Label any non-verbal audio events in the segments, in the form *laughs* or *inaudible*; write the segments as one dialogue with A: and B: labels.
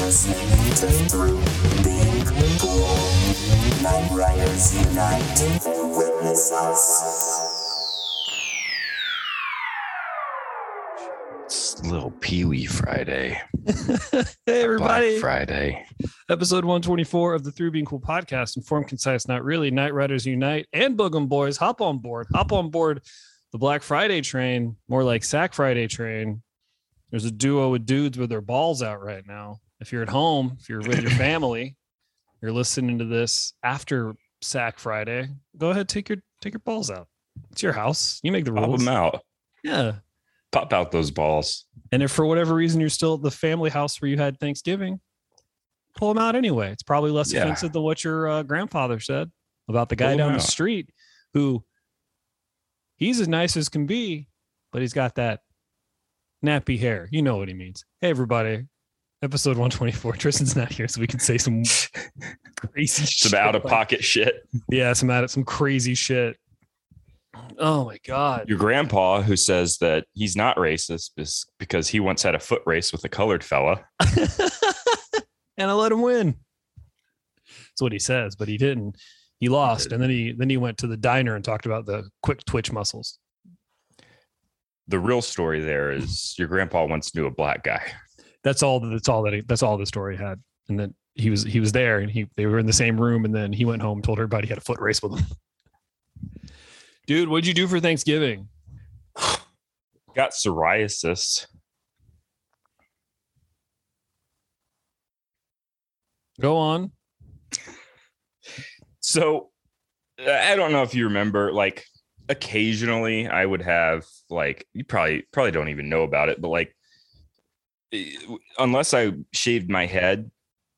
A: Fascinating through being cool. Night Riders Unite. Witness us.
B: It's little Pee Wee Friday.
C: Hey
B: Black
C: everybody!
B: Friday.
C: Episode 124 of the Through Being Cool podcast. Informed, concise, not really. Night Riders unite and Boogum Boys hop on board. Hop on board the Black Friday train, more like Sack Friday train. There's a duo of dudes with their balls out right now. If you're at home, if you're
B: *laughs*
C: with your family, you're listening to this after Sack Friday. Go ahead, take your take your balls out. It's your house. You make the
B: Pop
C: rules.
B: them out.
C: Yeah.
B: Pop out those balls.
C: And if for whatever reason you're still at the family house where you had Thanksgiving, pull them out anyway. It's probably less
B: Yeah.
C: offensive than what your uh, grandfather said about the guy
B: Pull 'em
C: down
B: out.
C: the street who he's as nice as can be, but he's got that nappy hair. You know what he means. Hey, everybody. Episode 124. *laughs* Tristan's not here, so we can
B: *laughs*
C: say some crazy shit.
B: Some out of
C: like-
B: pocket shit.
C: Yeah, some out of some crazy shit. Oh my God.
B: Your grandpa, who says that he's not racist, is because he once had a foot race with a colored fella.
C: *laughs* and I let him win. That's what he says, but he didn't. He lost, and then he then he went to the diner and talked about the quick twitch muscles.
B: The real story there is your grandpa once knew a black guy.
C: That's all. That's all that. He, that's all the story had. And then he was he was there, and he they were in the same room, and then he went home, told everybody he had a foot race with him. *laughs* Dude, what'd you do for Thanksgiving?
B: Got psoriasis.
C: Go on.
B: So uh, I don't know if you remember, like occasionally I would have like you probably probably don't even know about it, but like eh, unless I shaved my head,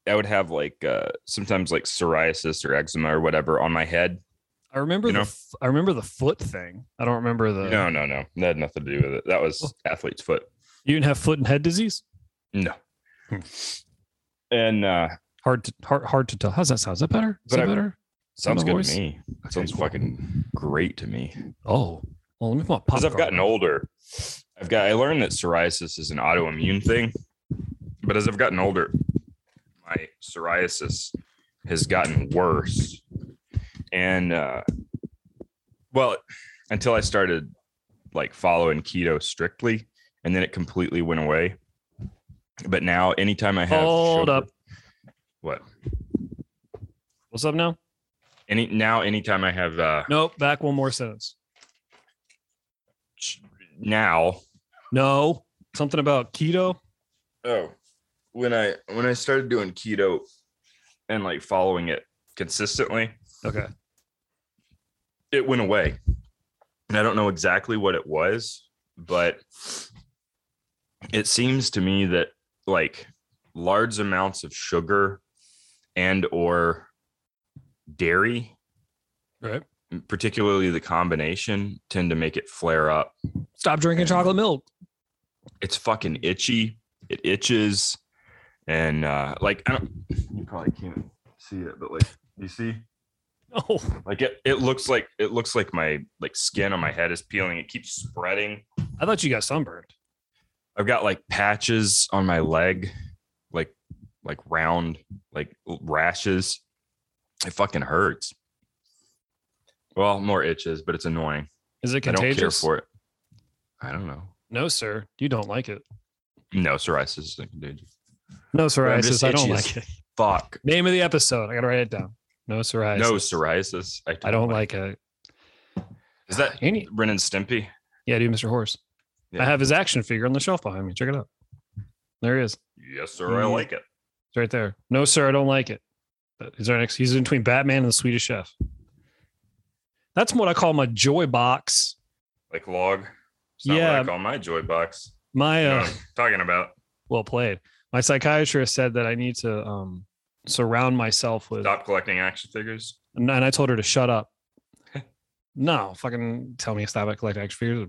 B: I would have like uh sometimes like psoriasis or eczema or whatever on my head.
C: I remember
B: You know?
C: the f- I remember the foot thing. I don't remember the.
B: No, no, no. That had nothing to do with it. That was athlete's foot.
C: You didn't have foot and head disease.
B: No.
C: Hmm.
B: And uh
C: Hard to hard hard to tell. How's that sound? Is that better? Is
B: But
C: that
B: I-
C: better?
B: sounds
C: my
B: good
C: voice?
B: to me.
C: Okay,
B: Sounds
C: cool.
B: fucking great to me.
C: Oh, well, let me put my
B: because I've
C: popcorn
B: gotten
C: on.
B: older, I've got I learned that psoriasis is an autoimmune thing, but as I've gotten older, my psoriasis has gotten worse, and uh, well, until I started like following keto strictly, and then it completely went away. But now, anytime I have
C: Hold
B: sugar-
C: up.
B: what
C: What's up now?
B: any now anytime I have uh,
C: Nope. Back one more sentence.
B: ch- now
C: No. Something about keto.
B: Oh, when I when I started doing keto and like following it consistently,
C: Okay.
B: it went away. And I don't know exactly what it was, but it seems to me that like large amounts of sugar and or dairy,
C: Right.
B: particularly the combination, tend to make it flare up.
C: Stop drinking chocolate milk.
B: it's fucking itchy. It itches, and uh, like I don't. You probably can't see it, but like you see,
C: Oh,
B: like it. It looks like it looks like my like skin on my head is peeling. It keeps spreading.
C: I thought you got sunburned.
B: I've got like patches on my leg, like like round like rashes. It fucking hurts. Well, more itches, but it's annoying.
C: Is it
B: I don't care
C: contagious?
B: for it. I don't know.
C: No, sir. You don't like it.
B: No, psoriasis isn't contagious.
C: No
B: I'm just
C: psoriasis. I don't
B: itchy as
C: like it.
B: Fuck.
C: Name of the episode. I gotta write it down. No psoriasis.
B: No psoriasis.
C: I don't like it.
B: Is that
C: Any?
B: Ren and Stimpy?
C: Yeah, dude, Mr. Horse.
B: Yeah.
C: I have his action figure on the shelf behind me. Check it out. There he is.
B: Yes, sir. I
C: Mm.
B: like it.
C: It's right there. No, sir, I don't like it. But He's our next. He's in between Batman and the Swedish Chef. That's what I call my joy box.
B: Like log. It's not
C: Yeah.
B: what I call my joy box.
C: My
B: You know
C: uh,
B: what I'm talking about
C: *laughs* well played. My psychiatrist said that I need to um, surround myself with,
B: stop collecting action figures.
C: and I told her to shut up. no, fucking tell me to stop it. Collect action figures.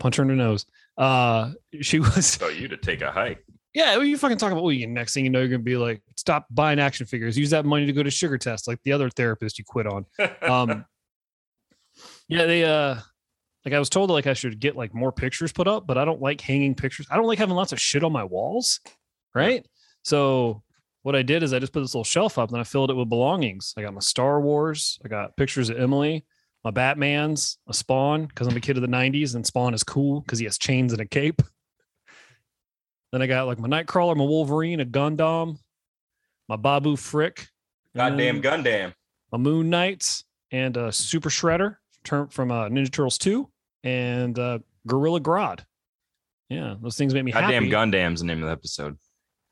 C: Punch her in the nose. Uh, she *laughs* was
B: Tell you to take a hike. *laughs*
C: Yeah, well, you fucking talk about well, you next thing you know, you're gonna be like, stop buying action figures, use that money to go to sugar test, like the other therapist you quit on. Um Yeah, they uh like I was told like I should get like more pictures put up, but I don't like hanging pictures. I don't like having lots of shit on my walls, right? So what I did is I just put this little shelf up and I filled it with belongings. I got my Star Wars, I got pictures of Emily, my Batman's, a Spawn because I'm a kid of the '90s and Spawn is cool because he has chains and a cape. Then I got like my Nightcrawler, my Wolverine, a Gundam, my Babu Frick,
B: Goddamn
C: and
B: Gundam.
C: my Moon Knights, and a Super Shredder turn from uh, Ninja Turtles 2 and uh, Gorilla Grodd. Yeah, those things make me
B: Goddamn
C: happy.
B: Gundam's the name of the episode.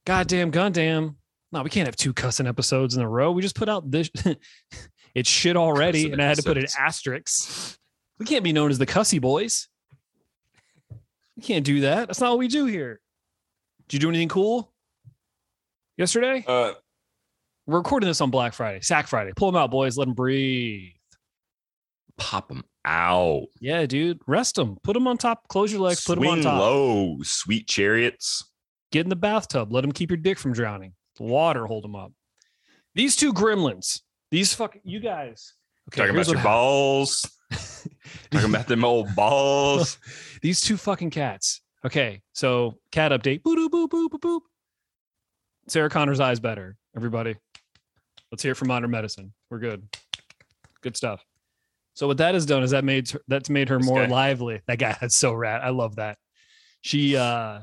C: Goddamn Gundam. No, we can't have two cussing episodes in a row. We just put out this. *laughs* it's shit already,
B: Cussing
C: and I had to put an
B: episodes.
C: asterisk. We can't be known as the Cussy Boys. We can't do that. That's not what we do here. Did you do anything cool yesterday?
B: Uh,
C: We're recording this on Black Friday, Sack Friday. Pull them out, boys. Let them breathe.
B: pop them out.
C: Yeah, dude. Rest them. Put them on top. Close your legs. Put
B: Swing
C: them on top.
B: low, sweet chariots.
C: Get in the bathtub. Let them keep your dick from drowning. The water hold them up. These two gremlins. These fucking you guys. Okay,
B: talking
C: here's
B: about your
C: what happened.
B: balls.
C: *laughs*
B: talking about them old balls.
C: These two fucking cats. Okay, so cat update. Boop boop boop boop boop. boop. Sarah Connor's eyes better. Everybody, let's hear it from modern medicine. We're good. Good stuff. So what that has done is that made her, that's made her
B: This
C: more
B: guy.
C: lively. That guy *laughs* that's so rad. I love that. She uh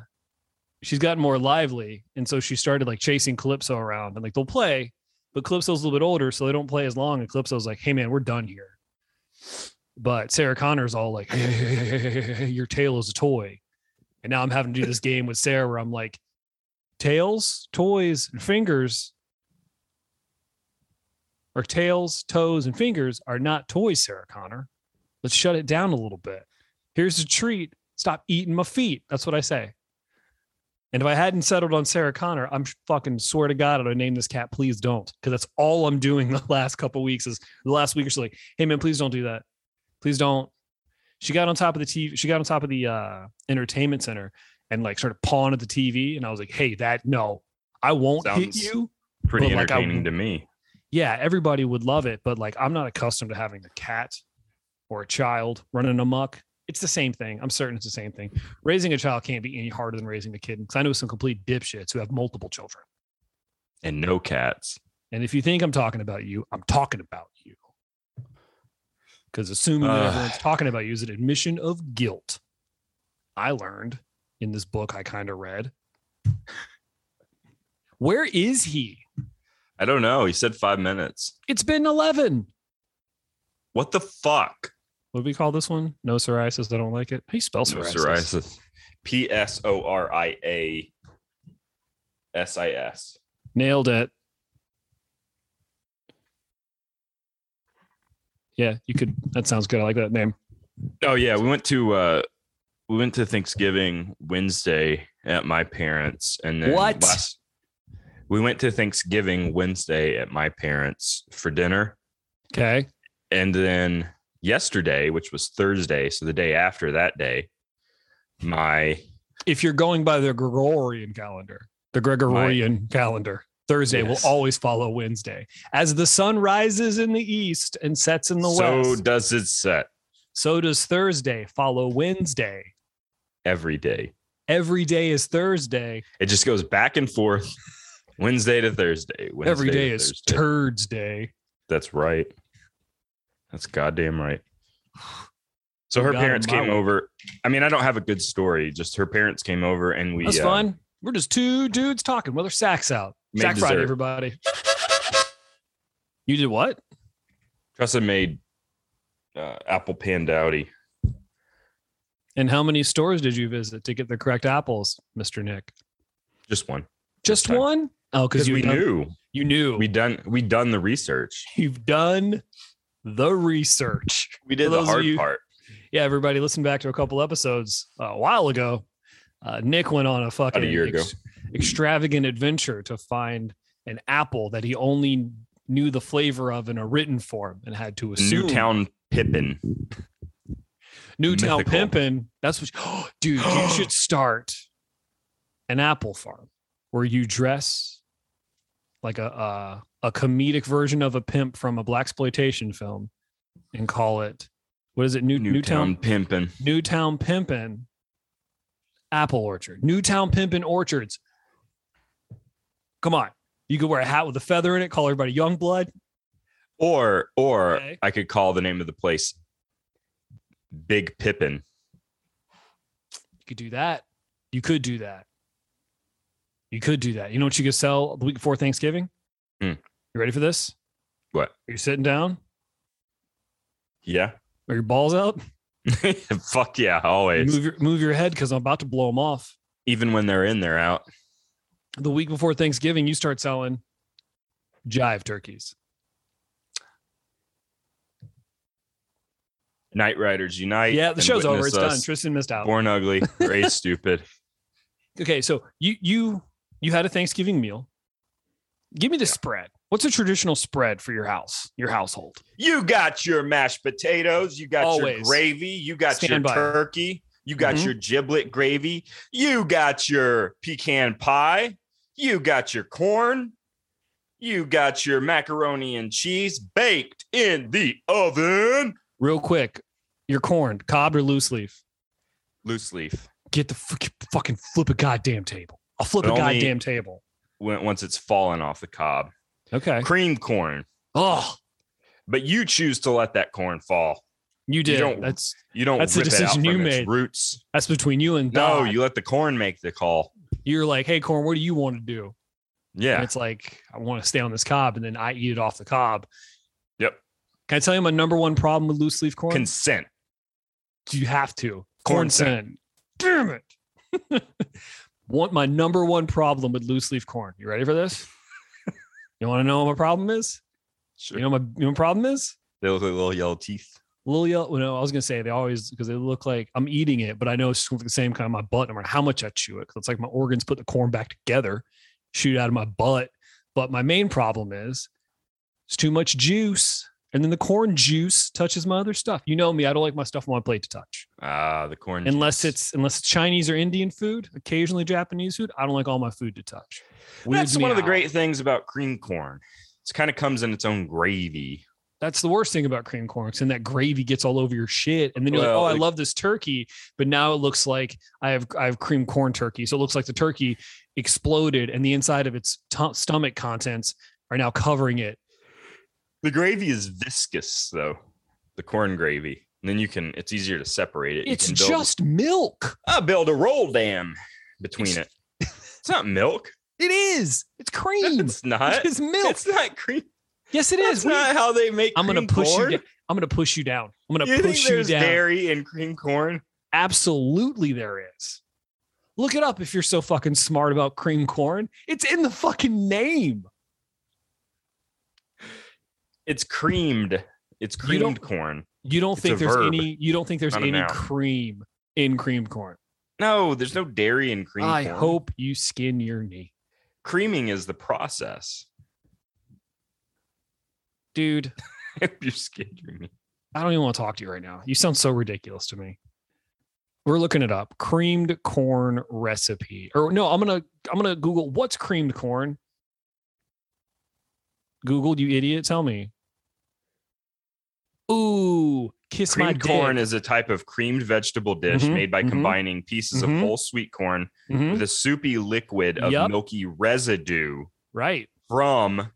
C: she's gotten more lively, and so she started like chasing Calypso around, and like they'll play, but Calypso's a little bit older, so they don't play as long. And Calypso's like, "Hey man, we're done here." But Sarah Connor's all like, *laughs* "Hey, hey, hey, hey, hey, hey, hey, "Your tail is a toy," and now I'm having to do this game with Sarah where I'm like, "Tails, toys, and fingers." Or tails, toes, and fingers are not toys, Sarah Connor. Let's shut it down a little bit. Here's a treat. Stop eating my feet. That's what I say. And if I hadn't settled on Sarah Connor, I'm sh- fucking swear to God, I'd have named this cat. Please don't, because that's all I'm doing *laughs* the last couple weeks. Is the last week or so, like, hey man, please don't do that. Please don't. She got on top of the TV. She got on top of the uh, entertainment center and like started pawing at the TV. And I was like, hey, that no, I won't hit
B: Sounds-
C: you.
B: Pretty
C: Well, like I-
B: entertaining to me.
C: Yeah, everybody would love it, but like, I'm not accustomed to having a cat or a child running amok. It's the same thing. I'm certain it's the same thing. Raising a child can't be any harder than raising a kid. Because I know some complete dipshits who have multiple children.
B: And no cats.
C: And if you think I'm talking about you, I'm talking about you. Because assuming that
B: Ugh.
C: everyone's talking about you is an admission of guilt. I learned in this book I kind of read. Where is he?
B: I don't know. He said five minutes.
C: It's been 11.
B: What the fuck?
C: What do we call this one? No psoriasis. I don't like it. How do you spell psoriasis?
B: P S O R I A S I S.
C: Nailed it. Yeah, you could. That sounds good. I like that name.
B: Oh yeah, we went to uh we went to Thanksgiving Wednesday at my parents and then
C: What?
B: last- we went to Thanksgiving Wednesday at my parents for dinner
C: Okay.
B: and then yesterday, which was Thursday, so the day after that day, my
C: If you're going by the Gregorian calendar, the Gregorian calendar, Thursday
B: Yes.
C: will always follow Wednesday. As the sun rises in the east and sets in the
B: so
C: west,
B: does it set
C: so does Thursday follow Wednesday.
B: every day.
C: Every day is Thursday.
B: It just goes back and forth, Wednesday to Thursday. Wednesday
C: Every
B: to
C: day is
B: Thursday.
C: Turds Day.
B: That's right. That's goddamn
C: *sighs*
B: right. So her
C: got it,
B: parents
C: my
B: came
C: way.
B: over. I mean, I don't have a good story. Just her parents came over and we
C: That's
B: uh,
C: fun. We're just two dudes talking. Well, their sacks out.
B: Made
C: Sack Friday,
B: dessert.
C: everybody. You did what?
B: Tressa made uh, apple pan dowdy.
C: And how many stores did you visit to get the correct apples, Mister Nick?
B: Just one
C: Just
B: time.
C: one? Oh,
B: because
C: because you
B: we
C: done-
B: knew
C: You knew.
B: we done we done the research.
C: You've done the research.
B: We
C: For
B: did the
C: those of
B: hard
C: you-
B: part.
C: Yeah, everybody, listen back to a couple episodes uh, a while ago. Uh, Nick went on a fucking
B: year ago.
C: extravagant adventure to find an apple that he only knew the flavor of in a written form and had to assume
B: Newtown Pippin.
C: Newtown
B: Mythical.
C: Pimpin. That's what, dude. You *gasps* should start an apple farm where you dress like a a, a comedic version of a pimp from a black exploitation film, and call it what is it? New,
B: Newtown
C: Newtown
B: Pimpin.
C: Newtown Pimpin Apple Orchard. Newtown Pimpin Orchards. Come on. You could wear a hat with a feather in it, call everybody young blood.
B: Or or
C: Okay.
B: I could call the name of the place Big Pippin.
C: You could do that. You could do that. You could do that. You know what you could sell the week before Thanksgiving?
B: Hmm.
C: You ready for this?
B: What?
C: Are you sitting down?
B: Yeah. *laughs*
C: Are your balls out?
B: Fuck yeah, always.
C: Move your move your head because I'm about to blow them off.
B: Even when they're in, they're out.
C: The week before Thanksgiving, you start selling jive turkeys.
B: Night Riders Unite.
C: Yeah, the
B: and
C: show's over.
B: witness
C: It's done.
B: us.
C: Tristan missed out.
B: Born ugly,
C: *laughs*
B: raised stupid.
C: okay so you you you had a thanksgiving meal give me the spread what's a traditional spread for your house your household
B: You got your mashed potatoes. You got your
C: Always.
B: gravy. You got your
C: Stand by.
B: turkey. You got
C: Mhm.
B: your giblet gravy. You got your pecan pie. You got your corn. You got your macaroni and cheese baked in the oven.
C: real quick your corn cob or loose leaf
B: Loose leaf.
C: get the fuck- fucking flip a goddamn table i'll flip
B: But
C: a
B: only-
C: goddamn table
B: When, once it's fallen off the cob,
C: okay
B: cream corn.
C: oh
B: But you choose to let that corn fall.
C: you did
B: don't-
C: that's
B: You don't
C: That's the
B: rip it out
C: decision
B: from
C: you
B: its
C: made.
B: roots.
C: that's between you and
B: No,
C: God.
B: you let the corn make the call.
C: you're like hey corn what do you want to do and
B: Yeah.
C: it's like i want to stay on this cob and then i eat it off the cob
B: Yep.
C: can i tell you my number one problem with loose leaf corn
B: Consent.
C: you have to
B: Corn
C: corn sand. Damn it. *laughs* Want my number one problem with loose leaf corn. You ready
B: *laughs*
C: for this? you want to know what my problem is?
B: Sure.
C: You know what my you know what my problem is?
B: They look like little yellow teeth.
C: Little yellow. Well, no, I was gonna say they always because they look like I'm eating it, but I know it's just gonna look the same kind of my butt, no matter how much I chew it. Because it's like my organs put the corn back together, shoot out of my butt. But my main problem is it's too much juice, and then the corn juice touches my other stuff. You know me, I don't like my stuff on my plate to touch.
B: Ah, the corn.
C: unless
B: juice.
C: it's unless it's Chinese or Indian food, occasionally Japanese food. I don't like all my food to touch. Weirds
B: that's
C: me
B: one of the
C: out.
B: great things about cream corn. It kind of comes in its own gravy.
C: That's the worst thing about cream corn, and that gravy gets all over your shit, and then you're
B: Well,
C: like, "Oh,
B: it-
C: I love this turkey," but now it looks like I have I have cream corn turkey, so it looks like the turkey exploded, and the inside of its to stomach contents are now covering it.
B: The gravy is viscous though. The corn gravy. And then you can. It's easier to separate it. You
C: It's
B: can build,
C: just milk.
B: I build a roll dam between it. It's not milk.
C: It is. It's cream.
B: It's not.
C: It's milk.
B: It's not cream.
C: yes, it
B: That's
C: is. What do you-
B: not how they make.
C: I'm gonna
B: cream
C: push
B: corn.
C: you. down. I'm gonna push you down. I'm gonna
B: You think
C: push you
B: there's
C: down.
B: dairy in cream corn?
C: Absolutely, there is. Look it up if you're so fucking smart about cream corn. It's in the fucking name.
B: It's creamed. It's
C: You don't-
B: creamed corn.
C: You don't
B: It's a
C: think there's
B: verb,
C: any. You don't think there's
B: not a
C: any
B: noun.
C: cream in cream corn.
B: No, there's no dairy in cream
C: I
B: corn.
C: hope you skin your knee,
B: creaming is the process. *laughs*
C: dude.
B: If you're scared me.
C: I don't even want to talk to you right now. You sound so ridiculous to me. We're looking it up. Creamed corn recipe. Or no, I'm gonna I'm gonna Google what's creamed corn. Google, you idiot. Tell me. Ooh, kiss my
B: Creamed
C: dick.
B: corn is a type of creamed vegetable dish
C: Mhm,
B: made by
C: mhm,
B: combining pieces
C: mhm.
B: of whole sweet corn
C: Mhm.
B: with a soupy liquid of
C: Yup.
B: milky residue
C: Right.
B: from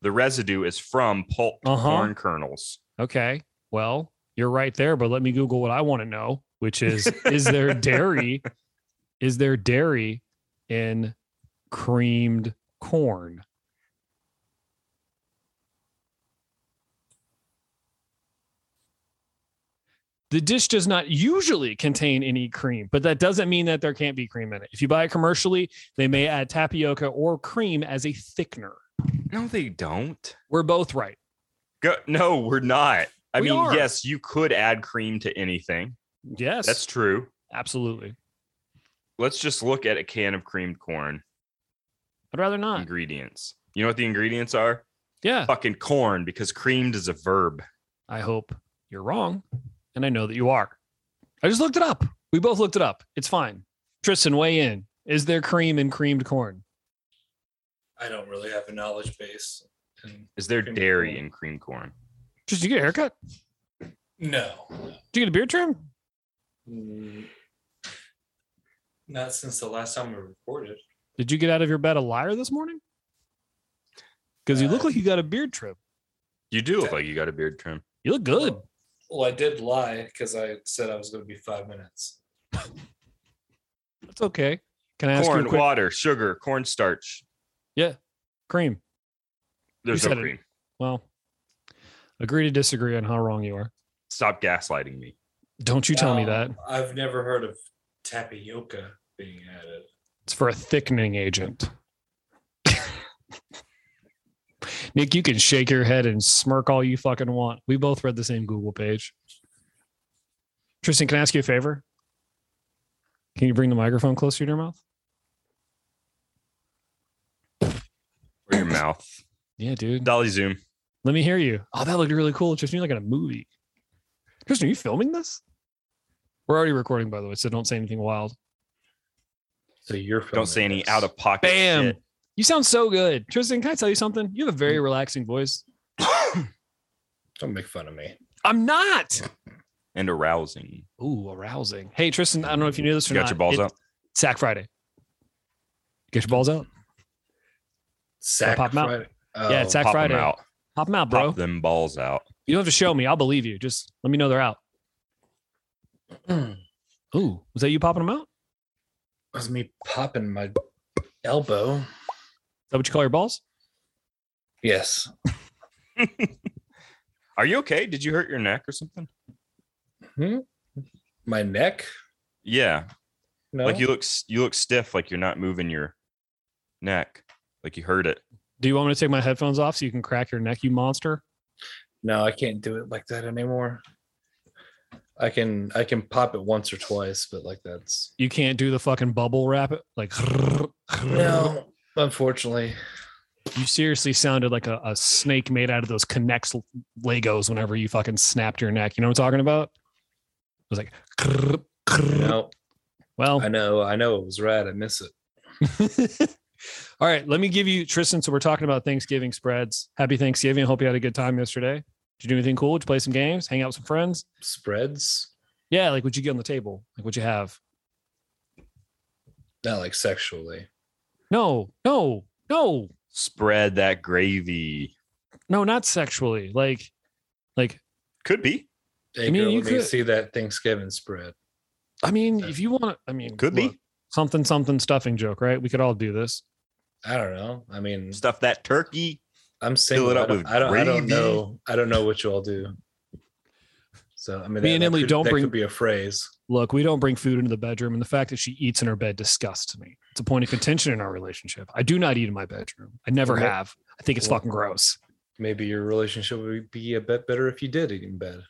B: the residue is from pulp
C: Uh-huh.
B: corn kernels.
C: Okay. Well, you're right there, but let me Google what I want to know, which is is there dairy? Is there dairy in creamed corn? The dish does not usually contain any cream, but that doesn't mean that there can't be cream in it. If you buy it commercially, they may add tapioca or cream as a thickener.
B: No, they don't.
C: We're both right.
B: Go, no, we're not. I
C: We
B: mean,
C: are.
B: yes, you could add cream to anything.
C: Yes.
B: That's true.
C: absolutely.
B: Let's just look at a can of creamed corn
C: I'd rather not.
B: ingredients. You know what the ingredients are?
C: Yeah.
B: Fucking corn because creamed is a verb.
C: I hope you're wrong. And I know that you are. I just looked it up. We both looked it up. It's fine. Tristan, weigh in. Is there cream in creamed corn?
D: I don't really have a knowledge base. And
B: Is there
D: Creamed
B: dairy
D: corn.
B: in creamed corn?
C: Tristan, did you get a haircut?
D: no,
C: Did you get a beard trim?
D: Mm, not since the last time we recorded.
C: Did you get out of your bed a liar this morning? because you look like you got a beard trim.
B: You do look like you got a beard trim.
C: You look good.
D: Well, I did lie because I said I was going to be five minutes.
C: That's okay. Can I ask you
B: Corn,
C: a quick
B: water, sugar, cornstarch.
C: cream?
B: There's
C: You
B: no
C: said it.
B: cream.
C: Well, agree to disagree on how wrong you are.
B: Stop gaslighting
C: *coughs*
B: me.
C: Don't you tell me
D: Um,
C: that.
D: I've never heard of tapioca being added.
C: It's for a thickening agent. Nick, you can shake your head and smirk all you fucking want. We both read the same Google page. Tristan, can I ask you a favor? Can you bring the microphone closer to your mouth?
B: Or your mouth.
C: Yeah, dude.
B: Dolly Zoom.
C: Let me hear you. Oh, that looked really cool. Tristan, you're like in a movie. Tristan, are you filming this? We're already recording, by the way, so don't say anything wild.
D: So you're
B: Don't say any out of pocket.
C: Bam. You sound so good. Tristan, can I tell you something? You have a very relaxing voice.
D: Don't make fun of me.
C: I'm not.
B: and arousing.
C: Ooh, arousing. Hey, Tristan, I don't know if you knew this or
B: You got
C: not.
B: your balls
C: It-
B: out.
C: Sack Friday. Get your balls out.
D: Sack
C: pop 'em out.
D: Friday.
C: Yeah,
D: Oh,
C: it's Sack
B: Pop
C: Friday.
B: them out.
C: Pop them out, bro.
B: Pop them balls out.
C: You don't have to show me. I'll believe you. Just let me know they're out.
D: mm,
C: Ooh, was that you popping them out? Is
D: that *clears throat* was me popping my elbow.
C: that what you call your balls?
D: Yes.
B: Are you okay? Did you hurt your neck or something?
D: My neck.
B: Yeah.
D: No.
B: Like you look s- you look stiff like you're not moving your neck. Like you hurt it.
C: Do you want me to take my headphones off so you can crack your neck, you monster?
D: No, I can't do it like that anymore. I can I can pop it once or twice, but like that's
C: You can't do the fucking bubble wrap it. Like, Mm.
D: no. Unfortunately,
C: you seriously sounded like a, a snake made out of those Connects Legos whenever you fucking snapped your neck. You know what I'm talking about? It was like,
D: no.
C: well,
D: I know I know it was rad. I miss it.
C: *laughs* All right, let me give you Tristan. So we're talking about Thanksgiving spreads. Happy Thanksgiving. I hope you had a good time yesterday. Did you do anything cool? Did you play some games? Hang out with some friends?
D: Spreads,
C: Yeah, like what you get on the table? Like what you have?
D: not like sexually.
C: No, no, no,
B: Spread that gravy.
C: no, not sexually. Like, like
B: Could be.
D: Hey,
C: I mean,
D: girl,
C: you
D: let me
C: could-
D: see that Thanksgiving spread.
C: I mean, if you want, I mean,
B: Could be.
C: look, something, something stuffing joke, right? We could all do this.
D: I don't know. I mean,
B: Stuff that turkey.
D: I'm single.
B: it
D: I
B: up
D: don't,
B: with
D: I don't, I don't
B: gravy.
D: know. I don't know what you all do. So I mean,
C: Me and
D: that
C: Emily
D: could-
C: don't
D: that
C: bring-
D: could be a phrase.
C: Look, we don't bring food into the bedroom, and the fact that she eats in her bed disgusts me. It's a point of contention in our relationship. I do not eat in my bedroom. I never
D: Okay.
C: have. I think it's
D: Well-
C: fucking gross.
D: Maybe your relationship would be a bit better if you did eat in bed.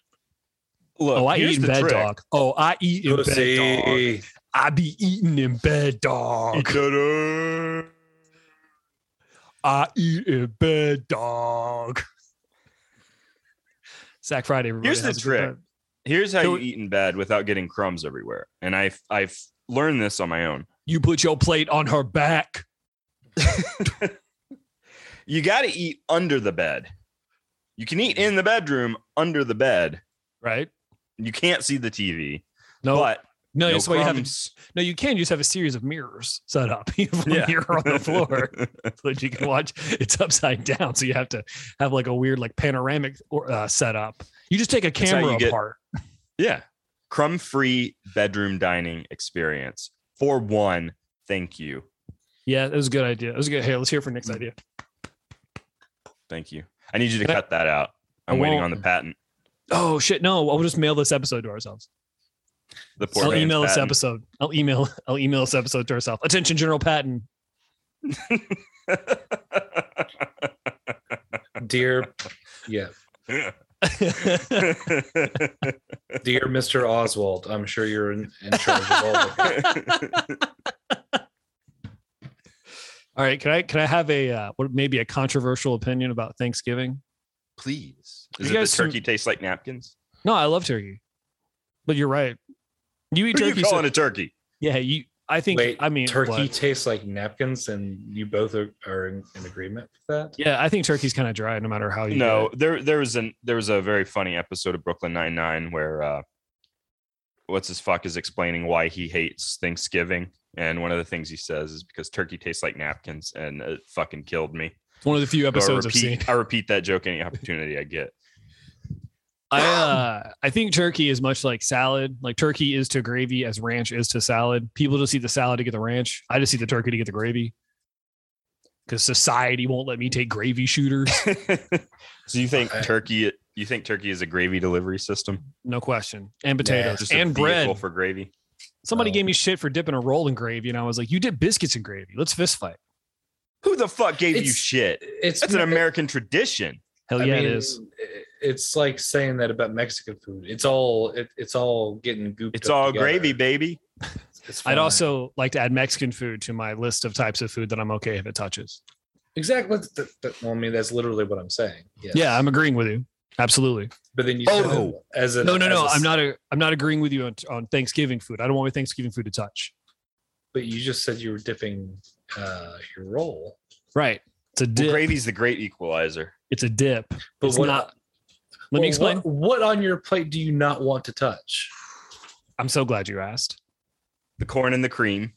B: Look,
C: oh, I
B: here's
C: eat in
B: the
C: bed,
B: trick.
C: dog. Oh, I eat in bed, dog.
D: Pussy.
C: I be eating in bed, dog.
B: Ta-da.
C: I eat in bed, dog. Sack Friday. everybody.
B: Here's the
C: Have a good
B: trick.
C: time.
B: Here's how
C: So-
B: you eat in bed without getting crumbs everywhere. And I've I've learned this on my own.
C: You put your plate on her back.
B: You got to eat under the bed. You can eat in the bedroom under the bed.
C: Right?
B: You can't see the TV,
C: No,
B: but
C: no,
B: no
C: that's why you have.
B: crumbs.
C: No, you can just have a series of mirrors set up. *laughs* You have a
B: Yeah.
C: mirror *laughs* on
B: *laughs*
C: the floor *laughs* so that you can watch. It's upside down, so you have to have like a weird like panoramic or, uh, setup. You just take a
B: how
C: camera
B: you get-
C: apart.
B: yeah. Crumb free bedroom dining experience. For one, thank you.
C: yeah, that was a good idea. That was a good. Hey, let's hear for
B: Mm.
C: Nick's idea.
B: Thank you. I need you to
C: Can I-
B: cut that out.
C: I
B: I'm waiting on
C: won't.
B: the patent.
C: Oh shit! No, I'll just mail this episode to ourselves.
B: The poor
C: I'll
B: man's
C: email this
B: patent.
C: episode. I'll email. *laughs* I'll email this episode to ourselves. Attention, General Patton. *laughs*
D: Dear, yeah, dear Mr. Oswald, I'm sure you're in, in charge of all.
C: *laughs*
D: The,
B: *laughs*
C: All right, can I can I have a uh, what maybe a controversial opinion about Thanksgiving?
B: Please.
C: You
B: Is it the
C: guys some-
B: turkey tastes like napkins?
C: No, I love turkey, but you're right. You eat
B: *laughs* Who are
C: turkey.
B: you
C: so-
B: calling a turkey?
C: yeah, you. I think.
D: Wait,
C: I mean,
D: turkey
C: what?
D: tastes like napkins, and you both are, are in, in agreement with that.
C: Yeah, I think turkey's kind of dry, no matter how Oh, you.
B: no
C: do
B: there there was an there was a very funny episode of brooklyn 99 where uh what's his fuck is explaining why he hates thanksgiving and one of the things he says is because turkey tastes like napkins and it fucking killed me
E: It's one of the few
B: So I
E: episodes I've seen.
B: repeat, I repeat that joke any opportunity I get. *laughs* Um,
C: I uh, I think turkey is much like salad. Like turkey is to gravy as ranch is to salad. People just eat the salad to get the ranch. I just eat the turkey to get the gravy. Because society won't let me take gravy shooters. *laughs*
B: so you think
D: Okay.
B: turkey? You think turkey is a gravy delivery system?
C: No question. And
B: Or
C: potatoes
B: just a
C: and
B: vehicle
C: bread.
B: for gravy.
C: Somebody
D: Oh.
C: gave me shit for dipping a roll in gravy, and I was like, "You dip biscuits in gravy. Let's fist fight."
B: Who the fuck gave you
D: It's-
B: shit?
D: It's
B: That's an American tradition.
C: Hell
D: I
C: yeah,
D: mean,
C: it is.
D: It's like saying that about Mexican food. It's all it, it's all getting gooped.
B: It's
D: up
B: all
D: together.
B: gravy, baby.
D: It's
C: I'd
D: fine.
C: also like to add Mexican food to my list of types of food that I'm okay if it touches.
D: exactly. that's- That, that- well, I mean, that's literally what I'm saying. Yes.
C: Yeah, I'm agreeing with you. Absolutely.
D: but then you
B: Oh.
D: said it as a
C: No, no,
D: as
C: no.
D: a-
C: I'm not. A, I'm not agreeing with you on, on Thanksgiving food. I don't want my Thanksgiving food to touch.
D: But you just said you were dipping uh, your roll.
C: Right. It's a
B: Well,
C: dip.
B: gravy's the great equalizer.
C: It's a dip.
D: But
C: It's
D: what?
C: not. Let
D: well,
C: me explain.
D: What, what on your plate do you not want to touch?
C: I'm so glad you asked.
B: The corn and the cream.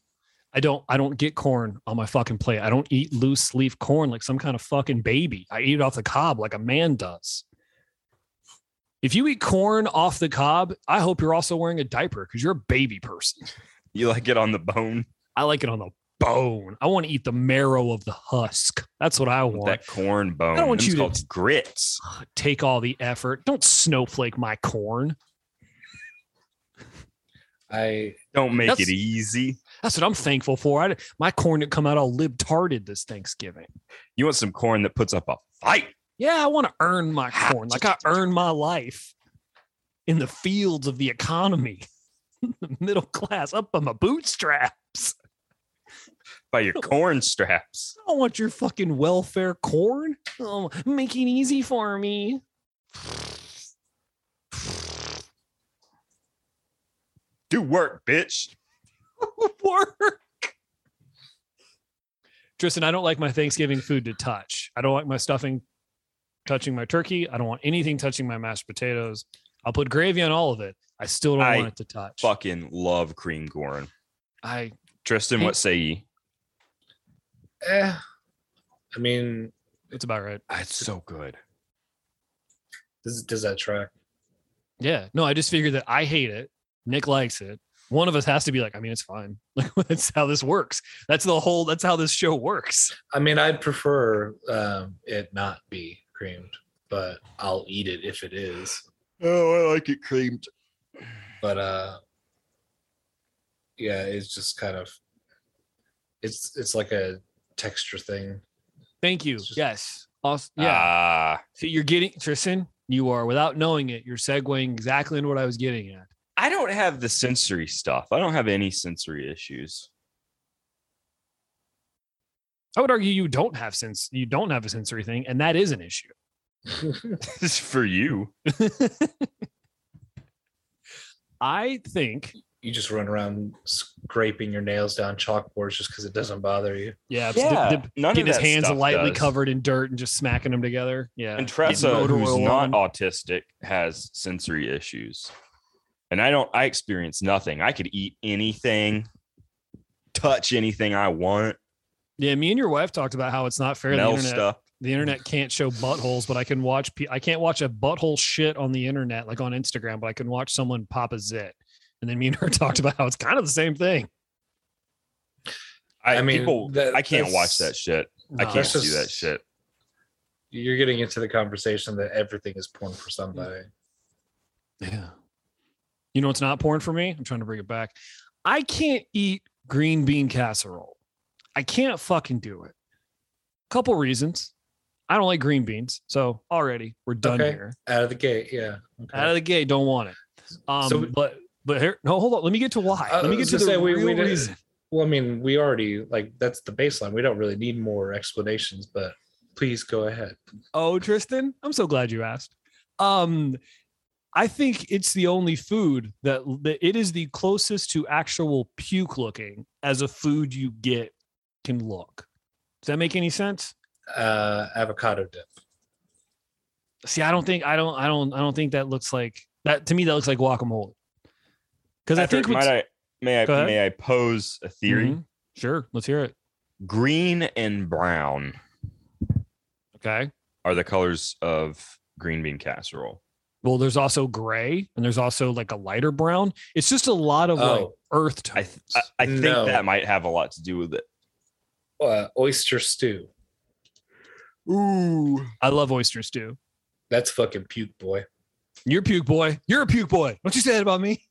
C: I don't. I don't get corn on my fucking plate. I don't eat loose leaf corn like some kind of fucking baby. I eat it off the cob like a man does. If you eat corn off the cob, I hope you're also wearing a diaper because you're a baby person.
B: You like it on the bone.
C: I like it on the bone. I want to eat the marrow of the husk. That's what I want.
B: That corn bone.
C: don't want
B: Them's
C: you to-
B: called grits.
C: Take all the effort. Don't snowflake my corn.
D: I
B: Don't make
C: That's-
B: it easy.
C: That's what I'm thankful for. I, my corn didn't come out all libtarded this Thanksgiving.
B: You want some corn that puts up a fight.
C: Yeah, I want to earn my corn. Like I earn my life in the fields of the economy, *laughs* the middle class, up on my bootstraps.
B: by your corn straps.
C: I don't want your fucking welfare corn. Oh, make it easy for me.
B: Do work, bitch.
C: work. Tristan, I don't like my Thanksgiving food to touch. I don't like my stuffing touching my turkey. I don't want anything touching my mashed potatoes. I'll put gravy on all of it. I still don't
B: I
C: want it to touch.
B: Fucking love cream corn.
C: I
B: Tristan, what say ye?
D: eh. I mean,
C: Ah, it's about right.
B: It's so good.
D: does does that track?
C: Yeah. No, I just figured that I hate it. Nick likes it. One of us has to be like, I mean, it's fine. *laughs* Like that's how this works. That's the whole that's how this show works.
D: I mean, I'd prefer um, it not be creamed, but I'll eat it if it is.
B: Oh, I like it creamed.
D: But uh, yeah, it's just kind of it's it's like a texture thing.
C: Thank you.
D: It's just- Ah.
C: Yes. Awesome. Yeah.
B: Yeah.
C: So you're getting Tristan, you are without knowing it, you're segueing exactly into what I was getting at.
B: I don't have the sensory stuff. I don't have any sensory issues. *laughs*
C: I would argue you don't have sense you don't have a sensory thing, and that is an issue.
B: It's for you.
C: I think
D: You just run around scraping your nails down chalkboards just because it doesn't bother you.
C: yeah, dip- dip-
B: none of
C: getting his
B: that
C: hands
B: stuff
C: lightly
B: does.
C: covered in dirt and just smacking them together. Yeah.
B: And
C: Getting
B: Tressa,
C: motor
B: who's
C: oil
B: not
C: on.
B: autistic, has sensory issues. And I don't, I experience nothing. I could eat anything, touch anything I want,
C: yeah, me and your wife talked about how it's not fair the
B: smell
C: internet
B: stuff.
C: the internet can't show buttholes, but I can watch pe- I can't watch a butthole shit on the internet like on Instagram, but I can watch someone pop a zit. And then me and her *laughs* talked about how it's kind of the same thing.
B: I,
D: I mean,
B: people,
D: that-
B: I can't
D: that's-
B: watch that shit. I
C: No.
B: can't
D: that's
B: do
D: just-
B: that shit.
D: You're getting into the conversation that everything is porn for somebody.
C: Yeah. You know what's not porn for me? I'm trying to bring it back. I can't eat green bean casserole. I can't fucking do it. Couple reasons. I don't like green beans. So already we're done
D: Okay.
C: here.
D: Out of the gate, yeah. Okay.
C: Out of the gate, don't want it. Um,
D: So-
C: but but here, no, hold on. Let me get to why.
D: I
C: Let me get
D: was
C: to the
D: gonna say, we-
C: real
D: we didn't-
C: reason.
D: Well, I mean, we already like that's the baseline. We don't really need more explanations, but please go ahead.
C: Oh, Tristan, I'm so glad you asked. Um, I think it's the only food that, that it is the closest to actual puke looking as a food you get can look. Does that make any sense?
D: Uh, avocado dip.
C: See, I don't think I don't I don't I don't think that looks like that to me. That looks like guacamole. Because I
B: Patrick,
C: think
B: might
C: what's- Mm-hmm.
B: I, may
C: Go
B: I
C: ahead.
B: may I pose a theory?
C: Mhm. Sure, let's hear it.
B: Green and brown.
C: Okay.
B: are the colors of green bean casserole.
C: Well, there's also gray and there's also like a lighter brown. It's just a lot of like
D: Oh.
C: earth
B: I
C: tones.
B: th- I, I think
D: No.
B: that might have a lot to do with it.
D: Uh, oyster stew.
C: Ooh. I love oysters too.
D: That's fucking puke, boy.
C: You're a puke boy. You're a puke boy. Don't you say that about me?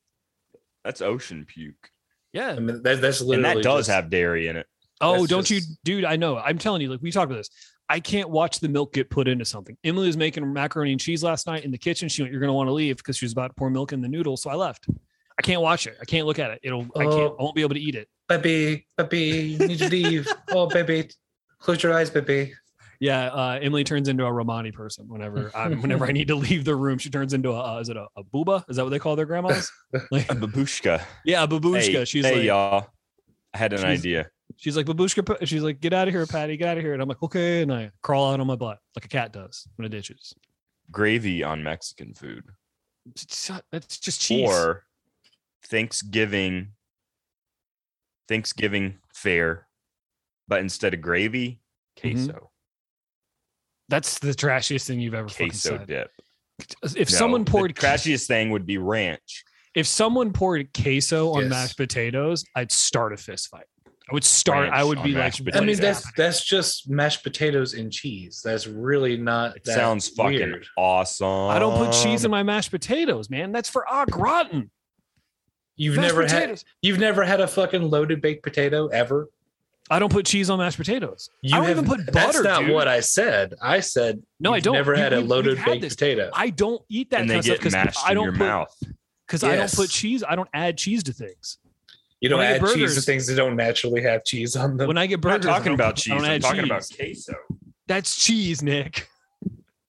B: That's ocean puke,
C: Yeah.
D: I mean, that, that's literally.
B: and that does
D: just-
B: have dairy
C: *laughs*
B: in it.
C: Oh,
D: That's
C: don't you,
D: just-
C: dude? I know. I'm telling you, like we talked about this. I can't watch the milk get put into something. Emily was making macaroni and cheese last night in the kitchen. She went, "You're gonna want to leave" because she was about to pour milk in the noodles. So I left. I can't watch it. I can't look at it. It'll. I can't.
D: Oh.
C: I won't be able to eat it.
D: Baby, baby, you need to
B: *laughs*
D: leave. oh, baby, close your eyes, baby.
C: Yeah. Uh, Emily turns into a Romani person whenever I'm. Whenever I need to leave the room, she turns into a. Uh, is it a, a booba? Is that what they call their grandmas? Like,
B: A babushka.
C: yeah, a babushka.
B: Hey,
C: she's
B: hey,
C: like,
B: y'all. I had an
C: She's-
B: idea.
C: she's like babushka. Pa-" She's like, get out of here, Patty. Get out of here. And I'm like, okay. And I crawl out on my butt like a cat does when it ditches.
B: Gravy on Mexican food.
C: That's just cheese.
B: Or Thanksgiving Thanksgiving fair, but instead of gravy,
C: Mhm.
B: queso.
C: That's the trashiest thing you've ever fucking
B: Queso
C: said.
B: dip.
C: If
B: No,
C: someone
B: the
C: poured
B: trashiest thing would be ranch.
C: if someone poured queso on
D: Yes.
C: mashed potatoes, I'd start a fist fight. I would start. I
B: Ranch
C: would
B: on
C: be like,
B: mashed
C: what
D: I
B: What
D: mean,
C: is
B: potatoes.
D: that's
C: happening?
D: that's just mashed potatoes and cheese. That's really not.
B: It
D: that
B: sounds fucking
D: weird.
B: awesome.
C: I don't put cheese in my mashed potatoes, man. That's for au gratin.
D: You've
C: Mashed
D: never had.
C: potatoes.
D: You've never had a fucking loaded baked potato ever.
C: I don't put cheese on mashed potatoes.
D: You
C: I don't
D: have-
C: even put butter.
D: That's not
C: dude.
D: what I said. I said
C: No, I
D: you've
C: don't.
D: Never
C: You-
D: had a
C: we've- we've
D: loaded
C: had
D: baked
C: this.
D: potato.
C: I don't eat that
B: and
C: kind
B: they
C: of stuff
B: get
C: because
B: mashed
C: I
B: in
C: don't
B: your
C: put
B: mouth.
C: because I don't put
D: Yes.
C: cheese. I don't add cheese to things.
D: You don't
C: when I get
D: add cheese to
C: burgers-
D: things that don't naturally have cheese on them.
C: When I get
B: I'm not
C: burgers, I
B: talking
C: don't-
B: about
C: I
B: cheese.
C: don't
B: I'm
C: add
B: talking
C: cheese.
B: about queso.
C: that's cheese, Nick.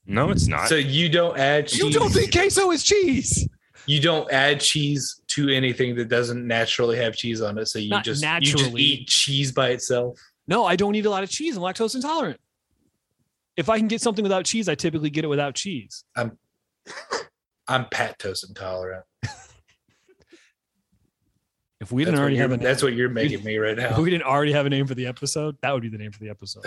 B: No, it's not.
D: so you don't add cheese.
C: You don't think queso is cheese?
D: you don't add cheese to anything that doesn't naturally have cheese on it. So you
C: Not
D: just you just
C: naturally.
D: eat cheese by itself.
C: No, I don't eat a lot of cheese. I'm lactose intolerant. If I can get something without cheese, I typically get it without cheese.
D: I'm lactose intolerant.
C: If we
D: that's what
C: didn't already
D: you're-
C: have a name,
D: that's what you're making me
C: *laughs*
D: right
C: if
D: now.
C: we didn't already have a name for the episode, that would be the name for the episode.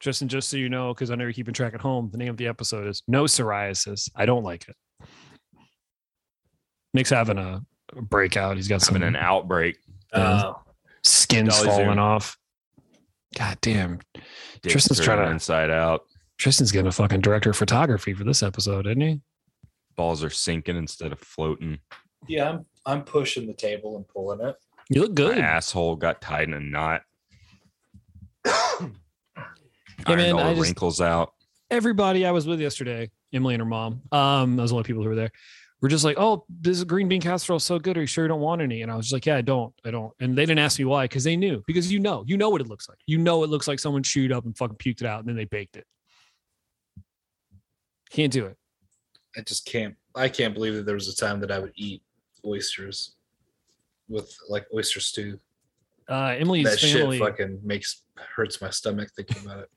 C: Tristan, just so you know, because I know you're keeping track at home, the name of the episode is No Psoriasis. I don't like it. Nick's having a a breakout. He's got some
B: having an outbreak.
D: Uh,
C: skin's
B: Dolly
C: falling
B: Zoom.
C: off. God damn.
B: Dick
C: Tristan's
B: turning
C: trying to-
B: inside out.
C: Tristan's getting a fucking director of photography for this episode, isn't he?
B: Balls are sinking instead of floating.
D: yeah, I'm I'm pushing the table and pulling it.
C: You look
B: My
C: good.
B: asshole got tied in a knot.
C: Yeah,
B: Ironed
C: man,
B: all
C: I
B: the
C: just-
B: wrinkles out.
C: everybody I was with yesterday, Emily and her mom, um, those are the only people who were there, were just like, "Oh, this green bean casserole is so good. Are you sure you don't want any?" And I was just like, "Yeah, I don't, I don't." And they didn't ask me why because they knew because you know, you know what it looks like. You know, it looks like someone chewed up and fucking puked it out and then they baked it. Can't do it.
D: I just can't. I can't believe that there was a time that I would eat oysters with like oyster stew.
C: Uh, Emily's
D: that
C: family,
D: shit fucking makes hurts my stomach thinking about it.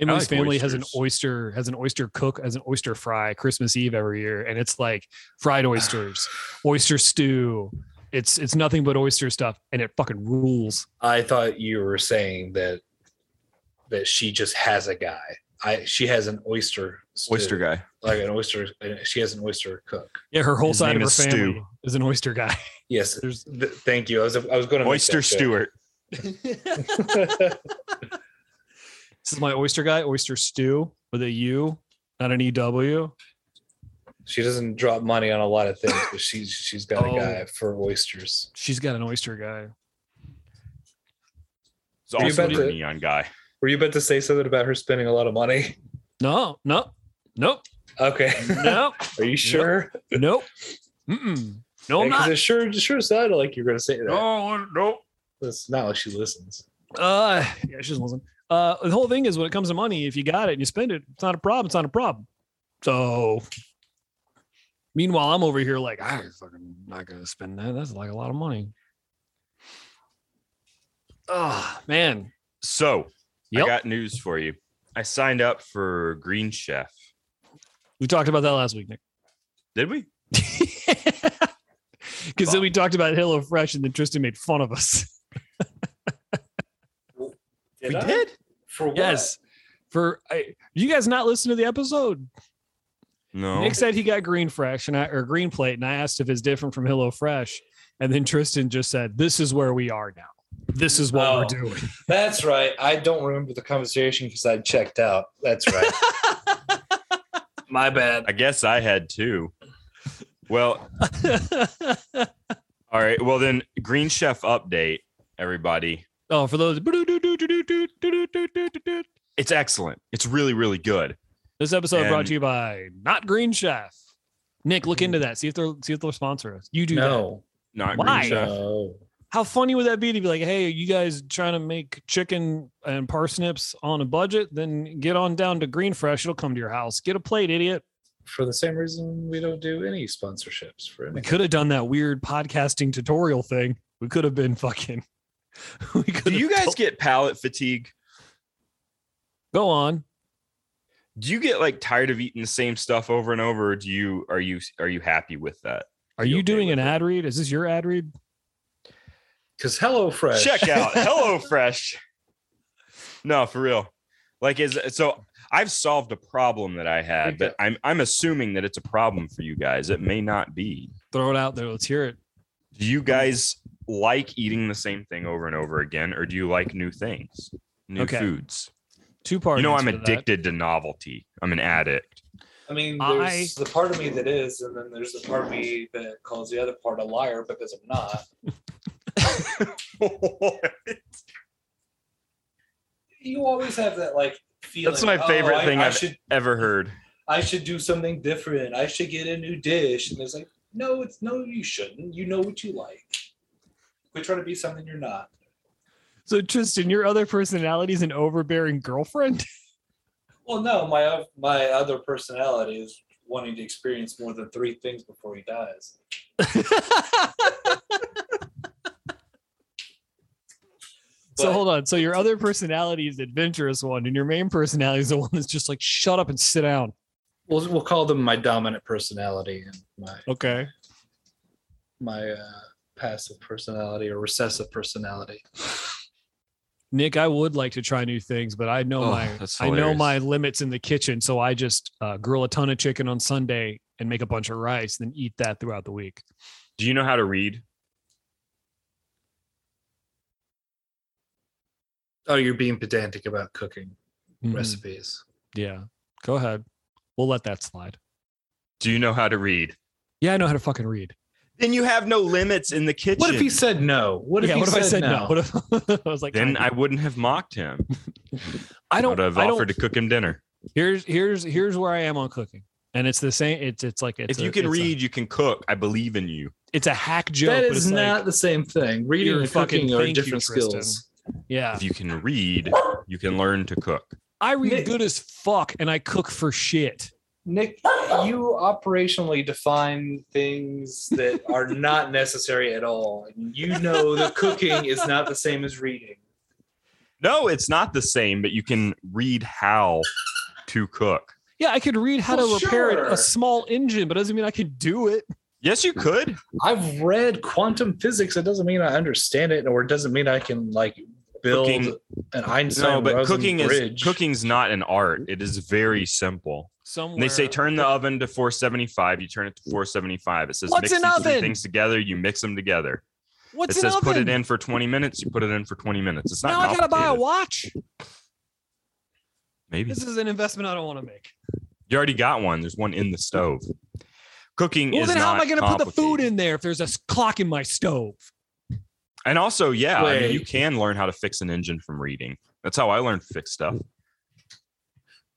C: Emily's
B: like
C: family has an
B: oysters.
C: oyster has an oyster cook as an oyster fry Christmas Eve every year, and it's like
B: *sighs*
C: fried oysters, oyster stew. It's it's nothing but oyster stuff, and it fucking rules.
D: I thought you were saying that that she just has a guy. I she has an oyster stew,
B: Oyster guy.
D: like an oyster. uh, She has an oyster cook.
C: Yeah, her whole
B: His
C: side of
B: name
C: her
B: is
C: family
B: Stu.
C: is an oyster guy. *laughs*
D: Yes,
C: There's
D: th- thank you. I was I was going to
B: Oyster
C: *laughs*
B: Stewart.
D: Stewart.
C: this is my oyster guy, oyster stew with a U, not an E W.
D: *laughs* she doesn't drop money on a lot of things, but she's she's got
C: Oh.
D: a guy for oysters.
C: She's got an oyster guy.
B: It's
D: Are you
B: also
D: about
B: the
D: to-
B: neon guy.
D: Were you about to say something about her spending a lot of money? *laughs*
C: No, no, nope,
D: Okay.
B: *laughs*
C: nope,
D: *laughs* Are you sure?
C: nope. Mm-mm. No, I'm
D: Because
C: not.
D: it sure it sure sounded like you were going to say that.
B: No, no.
D: It's not like she listens.
C: Uh, yeah, she doesn't listen. Uh, the whole thing is when it comes to money, if you got it and you spend it, it's not a problem. It's not a problem. So, meanwhile, I'm over here like I'm fucking not gonna spend that. That's like a lot of money. Oh man,
B: So
C: Yep.
B: I got news for you. I signed up for Green Chef.
C: we talked about that last week, Nick. *laughs*
B: Did we?
C: Because then we talked about Hello Fresh, and then Tristan made fun of us.
B: we did.
C: *laughs*
D: For what?
C: Yes, For I, you guys not listen to the episode?
B: No.
C: Nick said he got green fresh and I or green plate, and I asked if it's different from Hello Fresh, and then Tristan just said, "This is where we are now. This is what we're
D: Oh.
C: doing."
D: That's right. I don't remember the conversation because I checked out. That's right. My bad.
B: I guess I had two. Well, all right. Well, then Green Chef update, everybody.
C: *laughs* oh, for those.
B: It's excellent. It's really, really good.
C: This episode brought
B: And-
C: to you by Not Green Chef. Nick, look into that. See if they're see if they'll sponsor us. You do that.
D: no.
B: Not
C: Why?
B: Green Chef.
D: No.
C: How funny would that be to be like, hey, are you guys trying to make chicken and parsnips on a budget? Then get on down to Green Fresh. It'll come to your house. Get a plate, idiot.
D: For the same reason we don't do any sponsorships for
C: We
D: anything.
C: could have done that weird podcasting tutorial thing. We could have been fucking. *laughs* We could
B: Do
C: have
B: you guys
C: told-
B: get palate fatigue?
C: go on?
B: Do you get like tired of eating the same stuff over and over? Or do you are you are you happy with that?
C: Are
B: You
C: you
B: okay
C: doing
B: with
C: an
B: it?
C: ad read? Is this your ad read?
D: Because HelloFresh.
B: Check out HelloFresh. No, for real. Like is so I've solved a problem that I had, but I'm I'm assuming that it's a problem for you guys. It may not be.
C: Throw it out there. Let's hear it.
B: Do you guys like eating the same thing over and over again, or do you like new things, new
C: Okay.
B: foods?
C: Two parts.
B: you know, I'm addicted to novelty. I'm an *laughs* addict.
D: I mean,
C: I-
D: there's the part of me that is, and then there's the part of me that calls the other part a liar because I'm not. You always have that like feeling.
B: my favorite
D: "Oh, I-
B: thing
D: I
B: I've-
D: should
B: Ever heard?
D: I should do something different. I should get a new dish. And it's like, no, it's no, you shouldn't. You know what you like. Quit trying to be something you're not.
C: So Tristan, your other personality is an overbearing girlfriend. *laughs*
D: Well, no, my o- my other personality is wanting to experience more than three things before he dies.
C: So
D: But-
C: hold on. So your other personality is the adventurous one, and your main personality is the one that's just like shut up and sit down.
D: We'll we'll call them my dominant personality and my
C: Okay.
D: my uh, passive personality or recessive personality.
C: Nick, I would like to try new things, but I know
B: Oh,
C: my
B: that's
C: I know
B: hilarious.
C: my limits in the kitchen, so I just uh, grill a ton of chicken on Sunday and make a bunch of rice, then eat that throughout the week.
B: Do you know how to read?
D: Oh, you're being pedantic about cooking
B: Mm-hmm.
D: Mm-hmm.
C: Mhm.
D: recipes.
C: Yeah. Go ahead. We'll let that slide.
B: Do you know how to read?
C: Yeah, I know how to fucking read.
B: Then you have no limits in the kitchen.
D: What if he said no? What if
C: yeah,
D: he
C: what if
D: said,
C: I said no?
D: no?
C: What if *laughs* I was like,
B: Then
C: I,
B: I wouldn't have mocked him.
C: I
B: I
C: don't,
B: would have
C: I don't
B: offered to cook him dinner.
C: here's here's here's where I am on cooking, and it's the same. It's it's like
B: if
C: it's a-
B: you can
C: it's a-
B: read, you can cook. I believe in you.
C: it's a hack joke.
D: that
C: but
D: is
C: it's like,
D: not the same thing. Reading
C: You're
D: and
C: fucking-
D: cooking are
C: thank you,
D: different
C: Tristan.
D: skills.
C: yeah.
B: If you can read, you can learn to cook.
C: I read
D: Nick-
C: good as fuck, and I cook for shit.
D: Nick, you operationally define things that are *laughs* not necessary at all. And you know that cooking is not the same as reading.
B: No, it's not the same, but you can read how to cook.
C: Yeah, I could read how
D: Well,
C: to repair it-
D: sure.
C: a small engine, but doesn't mean I can do it.
B: Yes, you could.
D: I've read quantum physics. It doesn't mean I understand it, or it doesn't mean I can like build
B: Cooking-
D: an Einstein.
B: No, but
D: Rosen
B: cooking
D: bridge. Mm.
B: is cooking's not an art. It is very simple.
C: Somewhere
B: And They say turn the oven to 475. You turn it to 475. It says
C: What's
B: mix
C: an
B: these three
C: oven?
B: things together. You mix them together.
C: What's
B: it
C: an
B: says
C: oven?
B: put it in for 20 minutes. You put it in for 20 minutes. It's
C: now
B: not.
C: I gotta buy a
B: complicated.
C: watch.
B: Maybe
C: This is an investment I don't want to make.
B: you already got one. There's one in the stove. Cooking
C: Well,
B: is
C: then how am
B: not
C: I gonna put the food
B: complicated.
C: in there if there's a s- clock in my stove?
B: And also, yeah, I mean, you
D: Wait.
B: can learn how to fix an engine from reading. That's how I learned to fix stuff.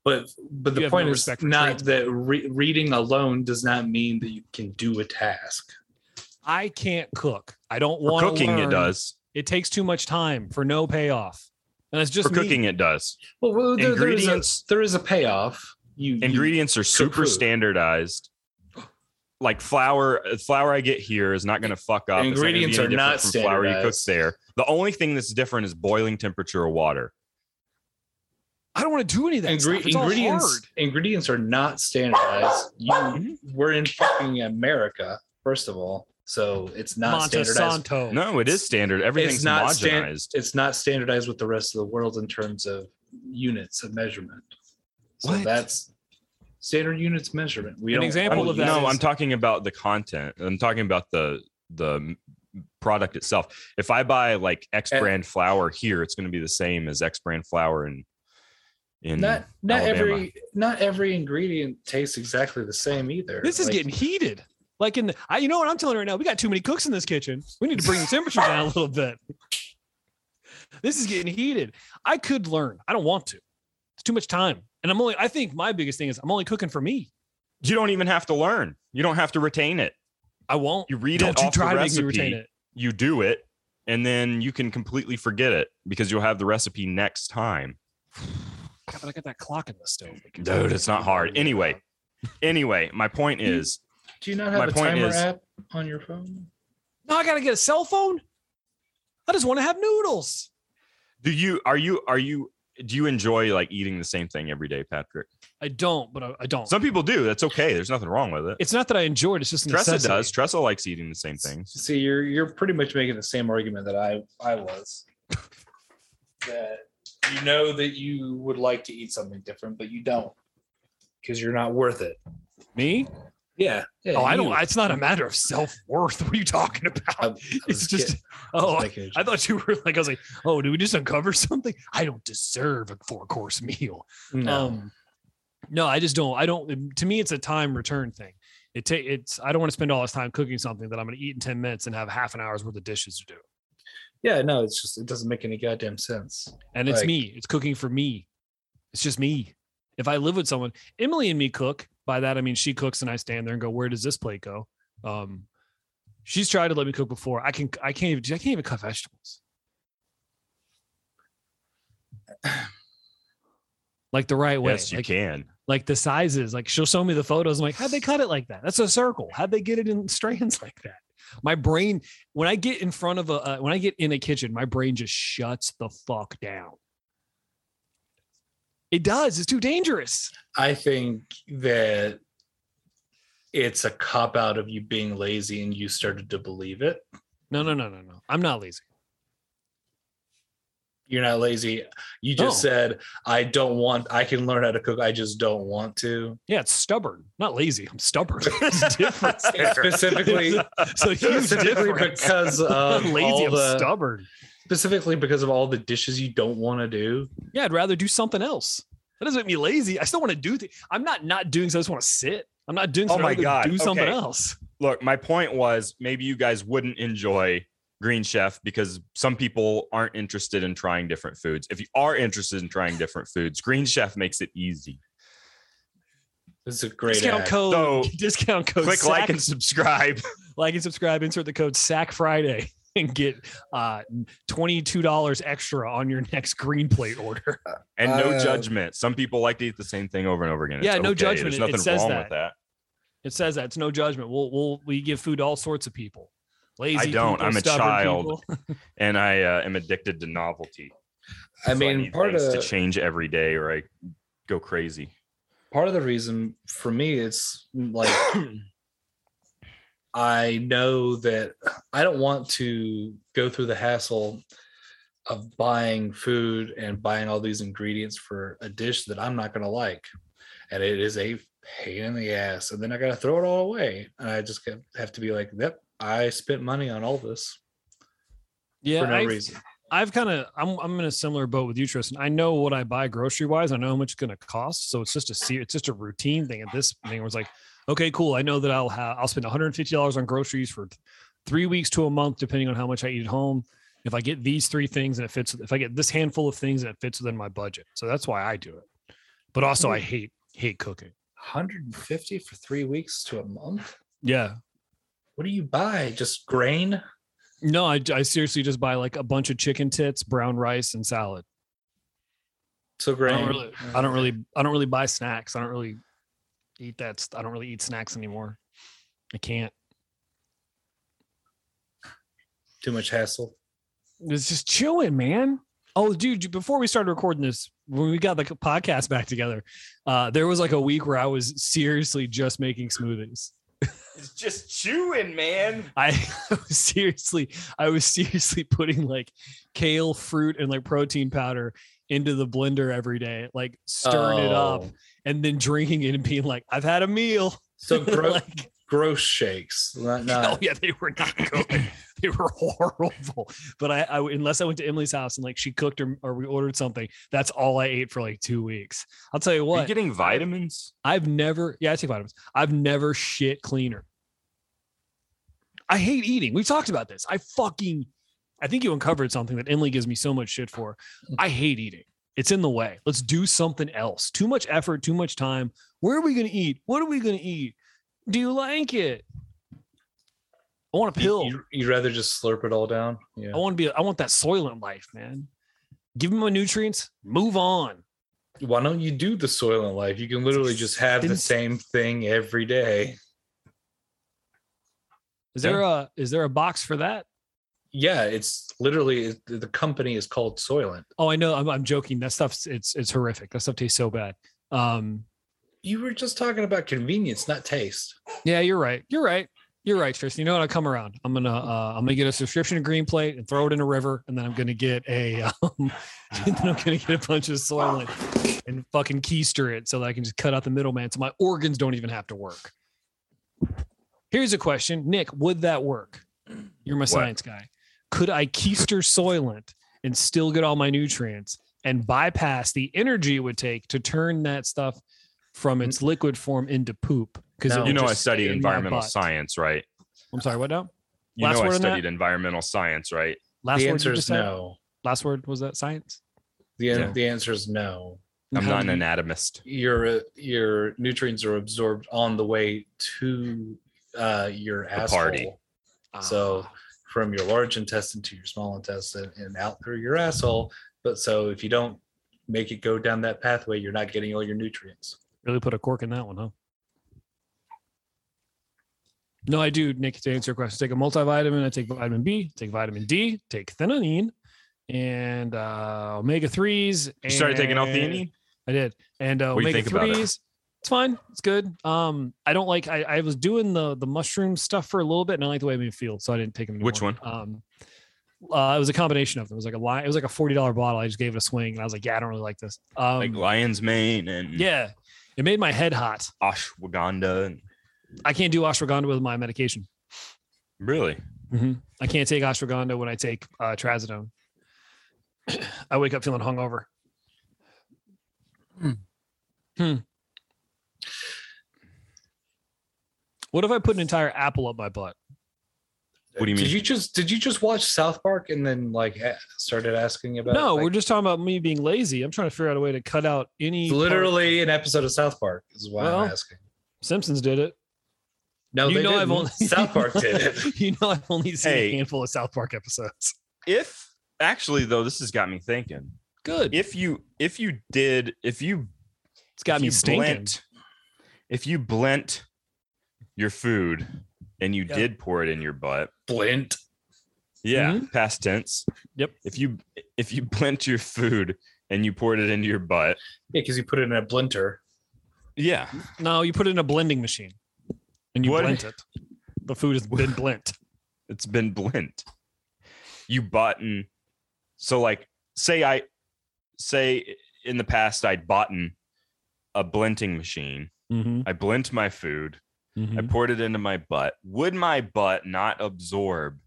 D: But but
C: You
D: the
C: have no
D: point is
C: respect for
D: not
C: trades.
D: that re- reading alone does not mean that you can do a task.
C: I can't cook. I don't
B: For
C: want
B: cooking, it does.
C: It takes too much time for no payoff, and it's just
B: For
C: me.
B: cooking, it does.
D: Well, well, there- there is a,
B: Ingredients-
D: there is a payoff. You, you
B: Ingredients are super
D: food.
B: standardized. Like flour, uh, flour I get here is not going to fuck up. It's not gonna be
D: Ingredients
B: any
D: are
B: different
D: not
B: from flour you cook
D: standardized.
B: there. The only thing that's different is boiling temperature of water.
C: I don't want to do any of that.
D: Ingre-
C: stuff. It's all
D: ingredients
C: hard.
D: ingredients are not standardized.
C: Mm-hmm.
D: You, we're in fucking America, first of all, so it's not standardized.
C: Montesanto.
B: No, it is standard. Everything's
D: It's not
B: homogenized.
D: stan- It's not standardized with the rest of the world in terms of units of measurement. So
C: What?
D: that's standard units measurement. We
C: An
D: don't
C: example
D: we-
C: of that
B: no,
C: is-
B: I'm talking about the content. I'm talking about the the m- product itself. If I buy like X
C: Eh.
D: And-
B: brand flour here, it's going to be the same as X brand flour in in
D: not not
B: Alabama.
D: every not every ingredient tastes exactly the same either.
C: This is
D: Like,
C: getting heated. Like in the, I, you know what I'm telling you right now? We got too many cooks in this kitchen. We need to bring the temperature down a little bit. This is getting heated. I could learn. I don't want to. It's too much time. And I'm only. I think my biggest thing is I'm only cooking for me.
B: you don't even have to learn. You don't have to retain it.
C: I won't.
B: You read
C: Don't
B: it
C: you
B: off the
C: try to make
B: recipe.
C: me retain it.
B: You do it, and then you can completely forget it because you'll have the recipe next time.
C: God, but I got that clock in the stove.
B: Dude, it's not hard. Anyway, anyway, my
C: *laughs*
B: point is
D: Do you not
B: my
D: have a
B: point
D: timer
B: is-
D: app on your phone?
C: Now I gotta get a cell phone. I just want to have noodles.
B: do you are you are you do you enjoy like eating the same thing every day, Patrick?
C: I don't, but I, I don't.
B: Some people do. That's okay. There's nothing wrong with it.
C: it's not that I enjoy it. It's just a
B: Tressa
C: necessity.
B: does. Tressa likes eating the same things.
D: See, you're you're pretty much making the same argument that I I *laughs* was. that you know that you would like to eat something different, but you don't because you're not worth it.
C: Me?
D: Yeah. yeah
C: Oh, I
D: you.
C: don't. It's not a matter of self worth. *laughs* What are you talking
D: I- I
C: about? *laughs* It's
D: was
C: just.
D: kidding.
C: Oh,
D: Just making a
C: I
D: joke.
C: thought you were like, I was like, oh, did we just uncover *laughs* something? I don't deserve a four course meal.
D: no.
C: Um, no, I just don't. I don't. To me, it's a time return thing. It take it's. I don't want to spend all this time cooking something that I'm going to eat in ten minutes and have half an hour's worth of dishes to do.
D: yeah, no, it's just it doesn't make any goddamn sense.
C: And it's
D: Like-
C: me. It's cooking for me. It's just me. If I live with someone, Emily and me cook. By that I mean she cooks and I stand there and go, "Where does this plate go?" Um, she's tried to let me cook before. I can. I can't even. I can't even
B: *sighs*
C: cut vegetables. Like the right way.
B: Yes, you
C: like,
B: can.
C: like the sizes. Like she'll show me the photos. I'm like, how'd they cut it like that? That's a circle. How'd they get it in *laughs* strands like that? My brain, when I get in front of a, uh, when I get in a kitchen, my brain just shuts the fuck down. It does. It's too dangerous.
D: I think that it's a cop out of you being lazy and you started to believe it.
C: No, no, no, no, no. I'm not lazy.
D: You're not lazy. You just
C: No.
D: said, I don't want, I can learn how to cook. I just don't want
C: *laughs*
D: to.
C: Yeah, it's stubborn. Not lazy. I'm stubborn. *laughs* There's a difference.
D: *laughs*
C: there.
D: Specifically,
C: *laughs* It's a huge
D: specifically
C: difference. *laughs*
D: because of
C: I'm lazy.
D: all
C: I'm
D: the,
C: stubborn.
D: specifically because of all the dishes you don't want to do.
C: Yeah, I'd rather do something else. That doesn't make me lazy. I still want to do things. I'm not not doing. So I just want to sit. I'm not doing.
B: Oh
C: something.
B: my
C: I'd rather
B: God.
C: Do something
B: Okay.
C: else.
B: Look, my point was maybe you guys wouldn't enjoy Green Chef because some people aren't interested in trying different foods. If you are interested in trying different foods, Green Chef makes it easy.
D: It's a great
C: discount
D: app.
C: code.
B: So,
C: *laughs* discount code.
B: Click like
C: SAC
B: and subscribe.
C: like and subscribe. Insert the code SAC Friday *laughs* and get uh, twenty two dollars extra on your next green plate order.
B: And no
D: Uh,
B: judgment. Some people like to eat the same thing over and over again. It's
C: Yeah, no
B: okay.
C: judgment.
B: There's
C: It- it
B: nothing
C: says
B: wrong
C: that.
B: with that.
C: It says that it's no judgment. We'll we'll we give food to all sorts of people. Lazy.
B: don't.
C: people,
B: I'm a
C: stubborn
B: child. *laughs*
C: people.
B: And I uh, am addicted to novelty.
D: I
B: So
D: mean,
B: need
D: part
B: things to
D: of-
B: change every day, or I go crazy.
D: part of the reason for me it's
C: *coughs*
D: like I know that I don't want to go through the hassle of buying food and buying all these ingredients for a dish that I'm not going to like. And it is a pain in the ass. And then I got to throw it all away. And I just get- have to be like, yep, I spent money on all this
C: Yeah,
D: for no
C: I,
D: reason.
C: I've kind of I'm I'm in a similar boat with you, Tristan. I know what I buy grocery wise. I know how much it's gonna cost. So it's just a se- it's just a routine thing at this thing where it's like, okay, cool. I know that I'll have I'll spend $150 on groceries for th- three weeks to a month, depending on how much I eat at home. If I get these three things and it fits if I get this handful of things and it fits within my budget. So that's why I do it. But also I hate hate cooking.
D: 150 for three weeks to a month?
C: Yeah.
D: What do you buy? Just grain?
C: No, I, I seriously just buy like a bunch of chicken tits, brown rice, and salad.
D: So grain.
C: I don't really, I don't really, I don't really buy snacks. I don't really eat that. st- I don't really eat snacks anymore. I can't.
D: Too much hassle.
C: It's just chewing, man. Oh, dude, you- before we started recording this, when we got the podcast back together, uh, there was like a week where I was seriously just making smoothies.
B: It's just chewing, man.
C: I *laughs* was seriously, I was seriously putting like kale, fruit, and like protein powder into the blender every day, like stirring it up
D: Oh.
C: and then drinking it and being like, I've had a meal. *laughs*
D: So gro-
C: like,
D: gross shakes. Not,
C: *laughs* oh
D: not,
C: yeah, they were not good.
D: *laughs*
C: they were horrible. But I, I, unless I went to Emily's house and like she cooked or, or we ordered something, that's all I ate for like two weeks. I'll tell you
B: Are you
C: what,
B: getting vitamins?
C: I've never, yeah, I take vitamins. I've never shit cleaner. I hate eating. We've talked about this. I fucking, I think you uncovered something that Emily gives me so much shit for. I hate eating. It's in the way. Let's do something else. Too much effort, too much time. Where are we going to eat? What are we going to eat? Do you like it? I want a pill. Oh.
D: You, would rather just slurp it all down. Yeah.
C: I want to be. I want that soylent life, man. Give me my nutrients. Move on.
D: Why don't you do the soil in life? You can literally just have the
C: Didn't-
D: same thing every day.
C: Is there a is there a box for that?
D: Yeah, it's literally it- the company is called Soylent.
C: Oh, I know. I'm, I'm joking. That stuff's it's it's horrific. That stuff tastes so bad. Um.
D: You were just talking about convenience, not taste.
C: Yeah, you're right. You're right. You're right, Tristan. You know what? I'll come around. I'm gonna uh, I'm gonna get a subscription to Green Plate and throw it in a river, and then I'm gonna get a *laughs* um, and then I'm gonna get a bunch of soylent and fucking keister it so that I can just cut out the middleman, so my organs don't even have to work. Here's a question, Nick. Would that work? You're my science guy. Could I keister soylent and still get all my nutrients and bypass the energy it would take to turn that stuff from its liquid form into poop? Because
D: Mm. No.
B: You
D: I'm
B: know, I studied environmental
C: science.
B: science, right?
C: I'm sorry, what now?
B: You
C: Last
B: know, I
C: word on that?
B: studied environmental science, right?
C: Last
D: the
C: word
D: answer
C: you
D: is
C: just said?
D: no.
C: Last word was that science?
D: The, an-
B: Yeah.
D: the answer is no.
B: I'm
C: How
B: not
C: do
B: an
C: you-
B: anatomist.
D: Your uh, your nutrients are absorbed on the way to uh, your
B: The
D: asshole.
B: party. Ah.
D: So from your large intestine to your small intestine and out through your asshole. But so if you don't make it go down that pathway, you're not getting all your nutrients.
C: Really put a cork in that one, huh? No, I do, Nick, to answer your question. Take a multivitamin. I take vitamin B, take vitamin D, take theanine and uh, omega 3s.
B: You started taking l theanine?
C: I did. And uh,
B: What do you
C: omega
B: think about it?
C: 3s. It's fine. It's good. Um, I don't like, I, I was doing the the mushroom stuff for a little bit and I like the way it made me feel. So I didn't take them.
B: Which
C: anymore. Um, uh, it was a combination of them. It was like a line. It was like a $40 bottle. I just gave it a swing and I was like, yeah, I don't really like this. Um,
B: like lion's mane and
C: Yeah. It made my head hot.
B: ashwagandha. And,
C: I can't do ashwagandha with my medication.
B: really?
D: Mm-hmm.
C: I can't take ashwagandha when I take uh, trazodone. *clears throat* I wake up feeling hungover. Hmm. What if I put an entire apple up my butt?
B: What do you
D: Did
B: mean?
D: you just did you just watch South Park and then like a- started asking about?
C: No,
D: like,
C: we're just talking about me being lazy. I'm trying to figure out a way to cut out any.
D: it's
C: part-
D: literally an episode of South Park is why
C: Well,
D: I'm asking.
C: Simpsons did it.
D: No,
C: you
D: they
C: know
D: didn't.
C: I've only *laughs*
D: South Park did it.
C: you know I've only seen
B: Hey.
C: a handful of South Park episodes.
B: if actually though, this has got me thinking.
C: Good.
B: If you if you did if you
C: it's got
B: if
C: me
B: you
C: stinking.
B: blent- if you blent your food and you
C: Yeah.
B: did pour it in your butt,
D: Blint.
B: yeah,
C: Mm-hmm.
B: past tense.
C: Yep.
B: If you if you *laughs* blent your food and you poured it into your butt,
D: Yeah, because you put it in a blinter.
B: yeah,
C: No, you put it in a blending machine and you
B: What-
C: blend it. The food has been blent.
B: it's been blent. You button. So like say I say in the past I'd bought a blenting machine.
C: Mm-hmm.
B: I blent my food. I
C: Mm-hmm.
B: poured it into my butt. Would my butt not absorb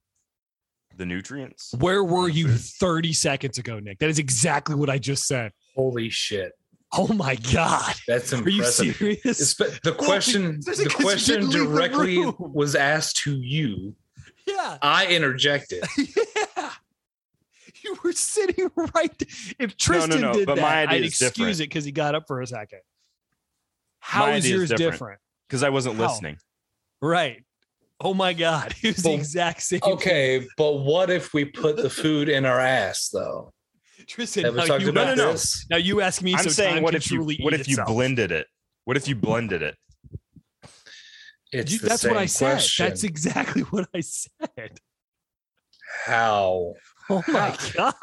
B: the nutrients?
C: Where were you 30 seconds ago, Nick? That is exactly what I just said.
D: Holy shit,
C: Oh my God.
D: that's
C: Are you
D: impressive.
C: serious?
D: It's- but the question,
C: because you
D: the question
C: didn't leave the
D: directly
C: room.
D: was asked to you.
C: *laughs* Yeah.
D: I interjected.
C: Yeah. You were sitting right. If Tristan
B: no,
C: did
B: but
C: that,
B: my idea
C: I'd
B: is
C: excuse
B: different.
C: it because he got up for a second. How
B: My
C: is
B: idea is
C: yours
B: different.
C: different.
B: Because I wasn't
C: How?
B: listening.
C: Right. Oh my God. *laughs* It was the
D: Well,
C: exact same.
D: Okay, but what if we put the food in our ass
C: *laughs*
D: though?
C: Tristan,
D: Have we
C: now
D: talked
C: you
D: about
B: No,
C: asked-
B: no, no.
D: this?
C: Now you ask me.
B: I'm
C: so
B: saying
C: time
B: what
C: can
B: if you
C: truly
B: what
C: eat
B: if you
C: itself.
B: blended it? What if you blended it?
D: It's
C: You-
D: the
C: that's what I
D: same
C: said.
D: question.
C: That's exactly what
D: *laughs*
C: I said.
D: how
C: Oh my god.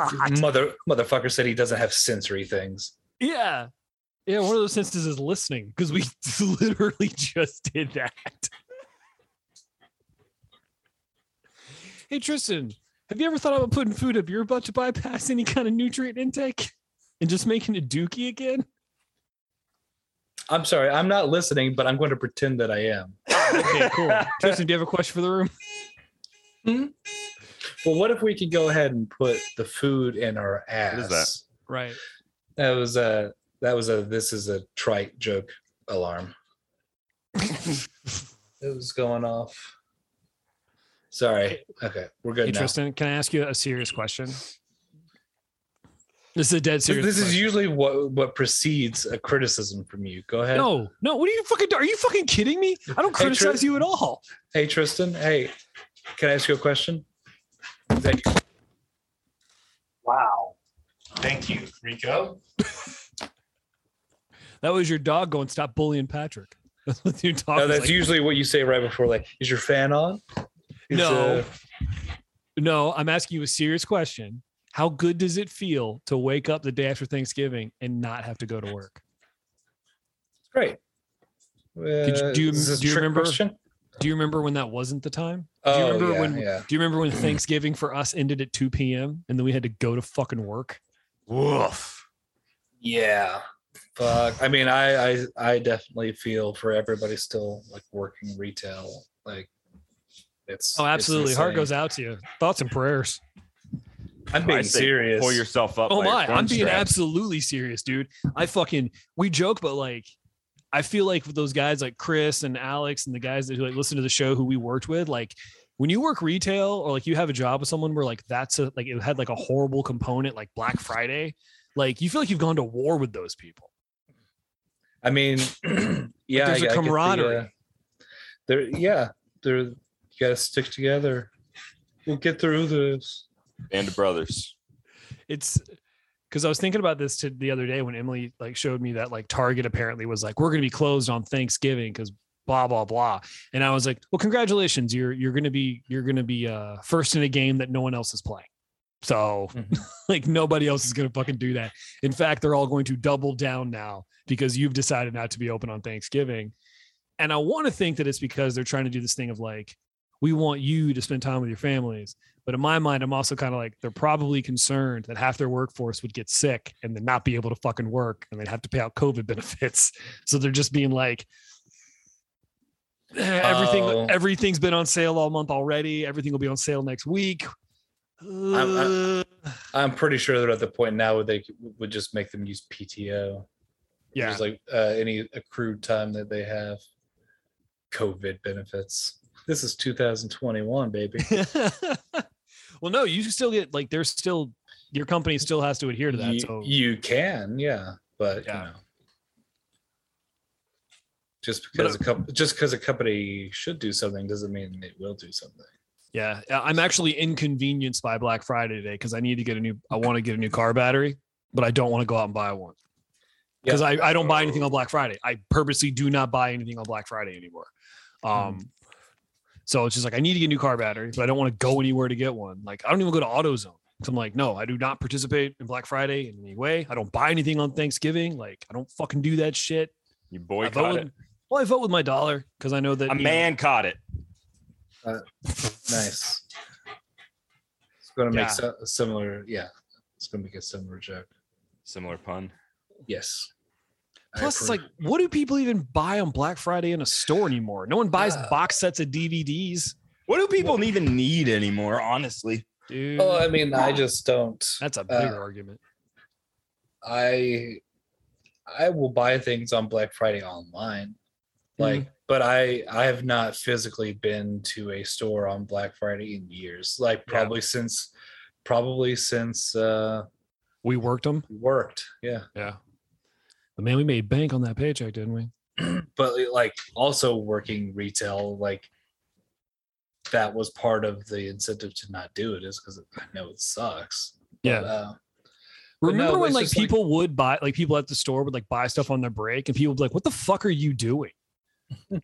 D: mother motherfucker said he doesn't have sensory things.
C: *laughs* Yeah. Yeah, one of those instances is listening because we *laughs* literally just did that. Hey Tristan, have you ever thought about putting food up your butt to bypass any kind of nutrient intake? and just making a dookie again?
D: I'm sorry, I'm not listening, but I'm going to pretend that I am.
C: Oh, Okay,
D: *laughs*
C: cool. Tristan, do you have a question for the room?
D: Well, what if we could go ahead and put the food in our ass?
B: What is that?
C: Right.
D: That was a that was a this is a trite joke
C: *laughs*
D: alarm. it was going off. Sorry. Okay, we're good
C: Hey,
D: now.
C: Tristan, can I ask you a serious question? This is a dead serious.
D: this is
C: question.
D: usually what what precedes a criticism from you. Go ahead.
C: No, no. What are you fucking? Are you fucking kidding me? I don't
D: Hey, Tris-
C: criticize you at all.
D: Hey Tristan. Hey, can I ask you a question? Is that you?
E: Wow. Thank you, Rico.
C: That was your dog going. Stop bullying Patrick. *laughs* That's what your dog.
D: No,
C: was
D: that's
C: like.
D: usually what you say right before. Like, is your fan on? Is,
C: No.
D: uh,
C: No, I'm asking you a serious question. How good does it feel to wake up the day after Thanksgiving and not have to go to work?
D: it's great.
C: you-
D: Uh,
C: do you-
D: is this a
C: do you
D: trick
C: remember-
D: question?
C: Do you remember when that wasn't the time?
D: Oh,
C: do you remember
D: yeah,
C: when-
D: yeah.
C: Do
D: *clears throat*
C: you remember when Thanksgiving for us ended at 2 p.m. and then we had to go to fucking work?
B: *laughs* Woof.
D: Yeah. Fuck. I mean, I, I I definitely feel for everybody still like working retail. Like it's
C: Oh,
D: it's
C: absolutely. Heart
D: insane.
C: goes out to you. Thoughts and prayers.
D: I'm
B: I
D: being
B: say
D: serious.
B: Pull yourself up.
C: Oh
B: by your
C: my, I'm being
B: cornstraps.
C: absolutely serious, dude. I fucking we joke, but like I feel like with those guys like Chris and Alex and the guys that who like listen to the show who we worked with, like when you work retail or like you have a job with someone where like that's a like it had like a horrible component like Black Friday, like you feel like you've gone to war with those people.
D: I
C: *clears throat*
D: mean, *clears throat* yeah,
C: there's
D: I- I get the,
C: a
D: uh,
C: camaraderie.
D: there, yeah, there. You gotta stick together. We'll get through this.
B: Band of brothers.
C: It's because I was thinking about this to the other day when Emily like showed me that like Target apparently was like, we're gonna be closed on Thanksgiving because blah blah blah. And I was like, well, congratulations, you're you're gonna be you're gonna be uh first in a game that no one else is playing. So
D: Mhm.
C: *laughs* like nobody else is gonna fucking do that. In fact, they're all going to double down now because you've decided not to be open on Thanksgiving. And I want to think that it's because they're trying to do this thing of like, we want you to spend time with your families. But in my mind, I'm also kind of like they're probably concerned that half their workforce would get sick and then not be able to fucking work and they'd have to pay out COVID *laughs* benefits. So they're just being like "Eh, everything
D: Oh.
C: everything's been on sale all month already. Everything will be on sale next week.
D: I- I'm pretty sure they're at the point now where they c- would just make them use PTO.
C: yeah.
D: Just like uh, any accrued time that they have. COVID benefits. This is 2021, baby.
C: *laughs* well, no, you still get like there's still your company still has to adhere to that.
D: you,
C: so
D: you can, yeah, but
C: Yeah.
D: you know, just because a couple, just because a company should do something doesn't mean it will do something.
C: Yeah, I- I'm actually inconvenienced by Black Friday today because I need to get a new. I want to get a new car battery, but I don't want to go out and buy one because
D: Yeah.
C: I, I don't buy anything on Black Friday. I purposely do not buy anything on Black Friday anymore. Um, so it's just like I need to get a new car battery, but I don't want to go anywhere to get one. Like I don't even go to AutoZone. So I'm like, no, I do not participate in Black Friday in any way. I don't buy anything on Thanksgiving. Like I don't fucking do that shit.
B: You
C: I vote
B: boycott
C: with,
B: it.
C: well, I vote with my dollar because I know that
B: A
C: you know,
B: man caught it.
D: Nice. It's going to make
C: Yeah.
D: so, a similar. Yeah, it's going to make a similar joke.
B: Similar pun.
D: Yes. I
C: Plus, it's like,
D: approve.
C: what do people even buy on Black Friday in a store anymore? No one buys
D: Yeah.
C: box sets of DVDs,
B: What do people even need anymore? Honestly,
C: dude.
D: Oh, I mean, I just don't.
C: That's a bigger
D: uh,
C: argument.
D: I I will buy things on Black Friday online. Like,
C: Mm-hmm.
D: but I I have not physically been to a store on Black Friday in years. Like
C: Yeah.
D: probably since probably since uh
C: We worked them.
D: we worked. Yeah.
C: Yeah. But man, we made bank on that paycheck, didn't we?
D: But eh, like also working retail, like that was part of the incentive to not do it is because I know it sucks.
C: Yeah.
D: But, uh, but no,
C: Remember
D: but
C: when
D: it's
C: like
D: just like-
C: people would buy, like people at the store would like buy stuff on their break and people would be like, what the fuck are
D: *laughs*
C: you doing?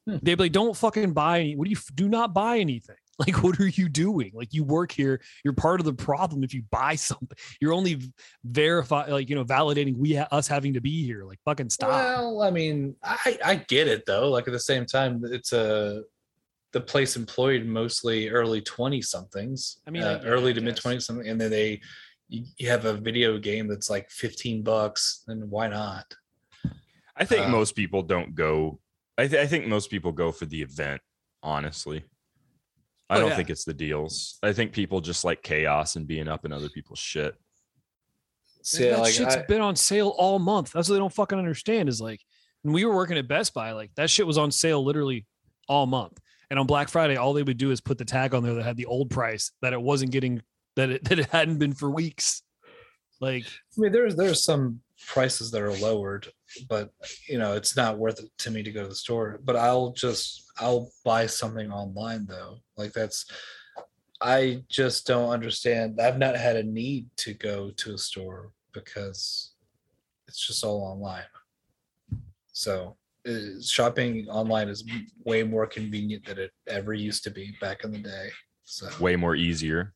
C: They'd be like, don't fucking buy any, what do you, do not buy anything. *laughs* Like, what are you doing? Like, you work here. You're part of the problem. If you buy *laughs* something, you're only verify, like, you know, validating we, ha- us having to be here. Like, fucking stop.
D: Well, I mean, I I get it though. Like at the same time, it's a the place employed mostly early twenty somethings.
C: I mean,
D: uh,
C: I- yeah,
D: early
C: I
D: to mid
C: guess.
D: twenty something, and then they you, you have a video game that's like 15 bucks, then why not?
B: I think
D: Uh,
B: most people don't go. I, th- I think most people go for the event, honestly. I
C: Oh,
B: don't
C: yeah.
B: think it's the deals. I think people just like chaos and being up in other people's shit.
D: See,
C: that
D: like,
C: shit's
D: I-
C: been on sale all month. That's what they don't fucking understand. Is like when we were working at Best Buy, like that shit was on sale literally all month. And on Black Friday, all they would do is put the tag on there that had the old price that it wasn't getting that it *laughs* that it hadn't been for weeks. Like
D: I mean, there's there's some prices that are lowered, but you know, it's not worth it to me to go to the store. But I'll just I'll buy something online though. Like that's I just don't understand. I've not had a need to go to a store because it's just all online. So uh, shopping online is way more convenient than it ever used to be back in the day. So
B: Way more easier.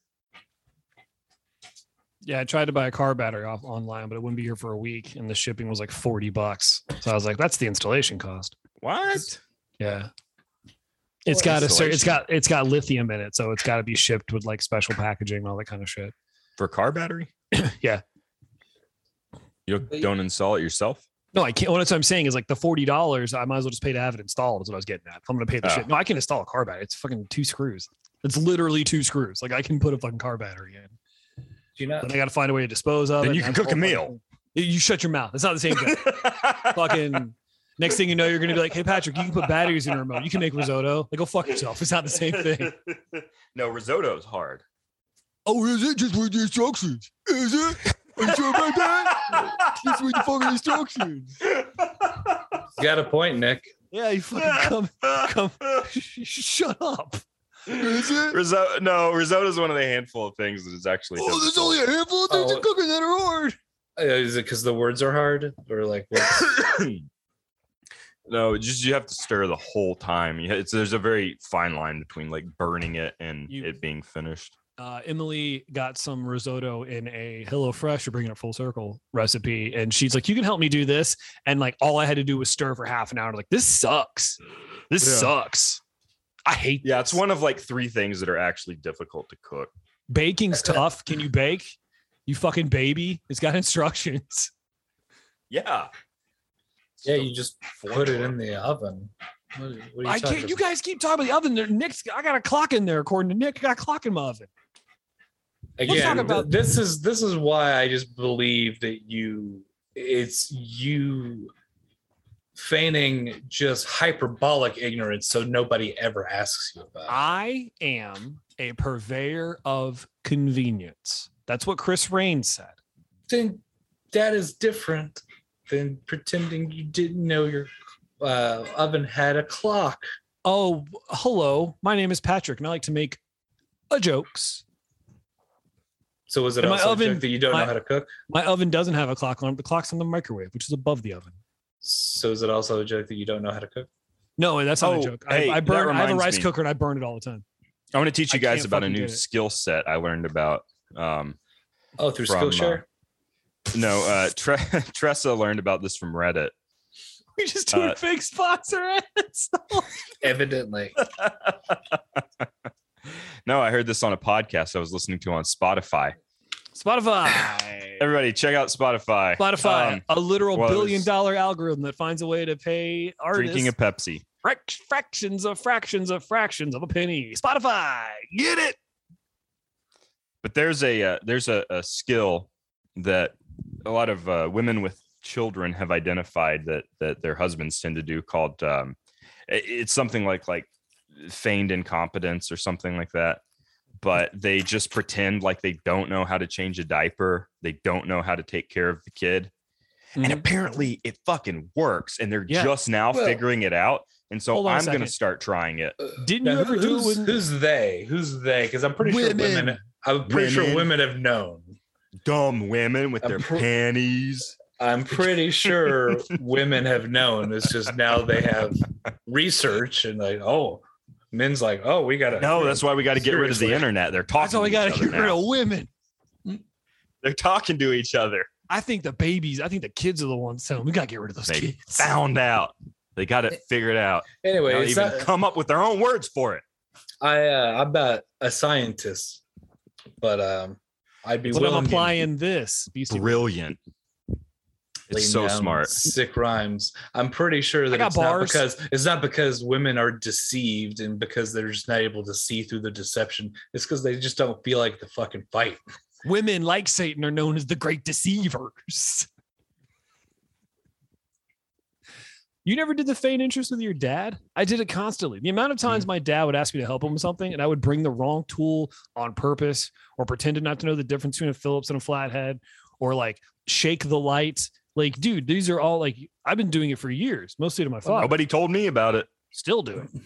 C: Yeah, I tried to buy a car battery off online, but it wouldn't be here for a week, and the shipping was like forty bucks. So I was like, "That's the installation cost."
B: What?
C: Yeah, it's
D: What
C: got a cer- it's
B: installation?
C: got it's got lithium in it, so it's got to be shipped with like special packaging and all that kind of shit.
B: For car
C: *coughs*
B: battery?
C: Yeah.
B: You
D: But-
B: don't, don't install it yourself?
C: No, I can't. well, That's what I'm saying is like the forty dollars. I might as well just pay to have it installed. Is what I was getting at. If I'm gonna pay the
B: Oh.
C: shit. No, I can install a car battery. It's fucking two screws. It's literally two screws. Like I can put a fucking car battery in.
D: do you not
C: Then I got to find a way to dispose of
B: Then
C: it.
B: you can
C: That's
B: cook a
C: all
B: meal.
C: fucking- You shut your mouth. It's not the
B: *laughs*
C: same thing. fucking next thing you know, you're gonna be like, hey Patrick, you can put batteries in a remote. You can make risotto. Like, go fuck yourself. It's not the
B: *laughs*
C: same thing.
B: no, risotto's hard.
C: Oh, is it just with the instructions? Is it? Are you sure about that? Just with the fucking instructions.
D: You got a point, Nick?
C: Yeah, you fucking come
B: *laughs*
C: come shut up. Is it?
B: Risotto, no, risotto is one of the handful of things that is actually.
C: Oh, there's
B: difficult.
C: only a handful of things
D: Oh.
C: you're cooking that are hard.
D: Uh, Is it because the words are hard, or like what's-
B: no, just you have to stir the whole time. You, it's there's a very fine line between like burning it and
C: You-
B: it being finished.
C: uh, Emily got some risotto in a HelloFresh, you're bringing it full circle recipe. And she's like, You can help me do this. And like, all I had to do was stir for half an hour. Like, this sucks. This
B: Yeah.
C: sucks. I hate
B: Yeah, it's
C: this.
B: one of like three things that are actually difficult to cook.
C: Baking's tough. Can you bake? You fucking baby. It's got *laughs* instructions.
B: Yeah.
D: yeah, you just
B: Formula.
D: put it in the oven. What, what are
C: I
D: talking
C: can't. You
D: about?
C: guys keep talking about the oven. There, Nick's. I got a clock in there. According to Nick, I got a clock in my oven.
D: Again,
C: talk
D: th-
C: about-
D: this is this is why I just believe that you it's you feigning just hyperbolic ignorance so nobody ever asks you about.
C: I am a purveyor of convenience. That's what Chris Rain said.
D: it. Then that is different than pretending you didn't know your uh, oven had a clock.
C: Oh, hello. My name is Patrick, and I like to make uh, jokes.
D: So was it
C: And my
D: also a
C: oven-
D: joke that you don't
C: my-
D: know how to cook?
C: My oven doesn't have a clock on it. The clock's on the microwave, which is above the oven.
D: So is it also a joke that you don't know how to cook?
C: No, that's not
B: Oh,
C: a joke.
B: hey,
C: I, I
B: that
C: burn. I have a
B: reminds
C: rice
B: me.
C: cooker, and I burn it all the time. *laughs*
B: I want to teach
C: I
B: you guys
C: can't
B: about a
C: fucking
B: new
C: do it.
B: skill set I learned about. Um,
D: Oh, through
B: From, uh,
D: Skillshare.
B: no, uh, Tre- *laughs* Tressa learned about this from Reddit.
C: We just
B: Uh,
C: do fake *laughs* sponsor ads.
D: Evidently.
B: No, I heard this on a podcast I was listening to on Spotify. *sighs*
C: Spotify.
B: Everybody, check out Spotify.
C: Spotify,
B: Um,
C: a literal
B: was-
C: billion dollar algorithm that finds a way to pay artists
B: drinking a Pepsi.
C: frac- fractions of fractions of fractions of a penny. Spotify, get it?
B: but there's a uh, there's a, a skill that a lot of uh, women with children have identified that that their husbands tend to do called um, i- it's something like like feigned incompetence or something like that but they just pretend like they don't know how to change a diaper they don't know how to take care of the kid and
C: Mhm.
B: apparently it fucking works and they're
C: Yeah.
B: just now
D: Well-
B: figuring it out and so
C: Hold on a
B: i'm going to
C: second. Uh,
B: start trying it
C: Didn't
D: Now,
C: you
D: who-
C: ever do it
D: who's,
C: with?
D: who's they? Who's they? Because I'm pretty sure women.
B: Women.
D: I'm pretty sure
B: Women.
D: women have known.
B: dumb women with
D: I'm
B: their
D: pr-
B: panties
D: I'm pretty sure *laughs* women have known. It's just now they have research and like, oh, men's like, oh, we gotta.
B: No, that's why we got to get rid of the
D: Seriously.
B: internet. They're talking.
C: That's why we
B: to
C: got
B: each
C: to
B: other
C: get rid
B: now.
C: of women.
B: They're talking to each other.
C: I think the babies, I think the kids are the ones telling. We got to get rid of those
B: They
C: kids.
B: found out. They got it figured out. They
D: Anyway, it's
B: even
D: not,
B: come up with their own words for it.
D: I uh, I'm not a scientist, but um, I'd be
C: But
D: willing.
C: I'm
D: to
C: applying this. Beastie Boys.
B: Brilliant. It's
D: laying
B: so
D: down
B: smart.
D: Sick rhymes. I'm pretty sure that
C: got
D: it's
C: bars.
D: not because it's not because women are deceived and because they're just not able to see through the deception. It's because they just don't feel like the fucking fight.
C: Women like Satan are known as the great deceivers. *laughs* You never did the faint interest with your dad? I did it constantly. The amount of times my dad would ask me to help him with something, and I would bring the wrong tool on purpose or pretend not to know the difference between a Phillips and a flathead or like shake the light. Like, dude, these are all like, I've been doing it for years, mostly to my father.
B: Nobody told me about it.
C: Still do it.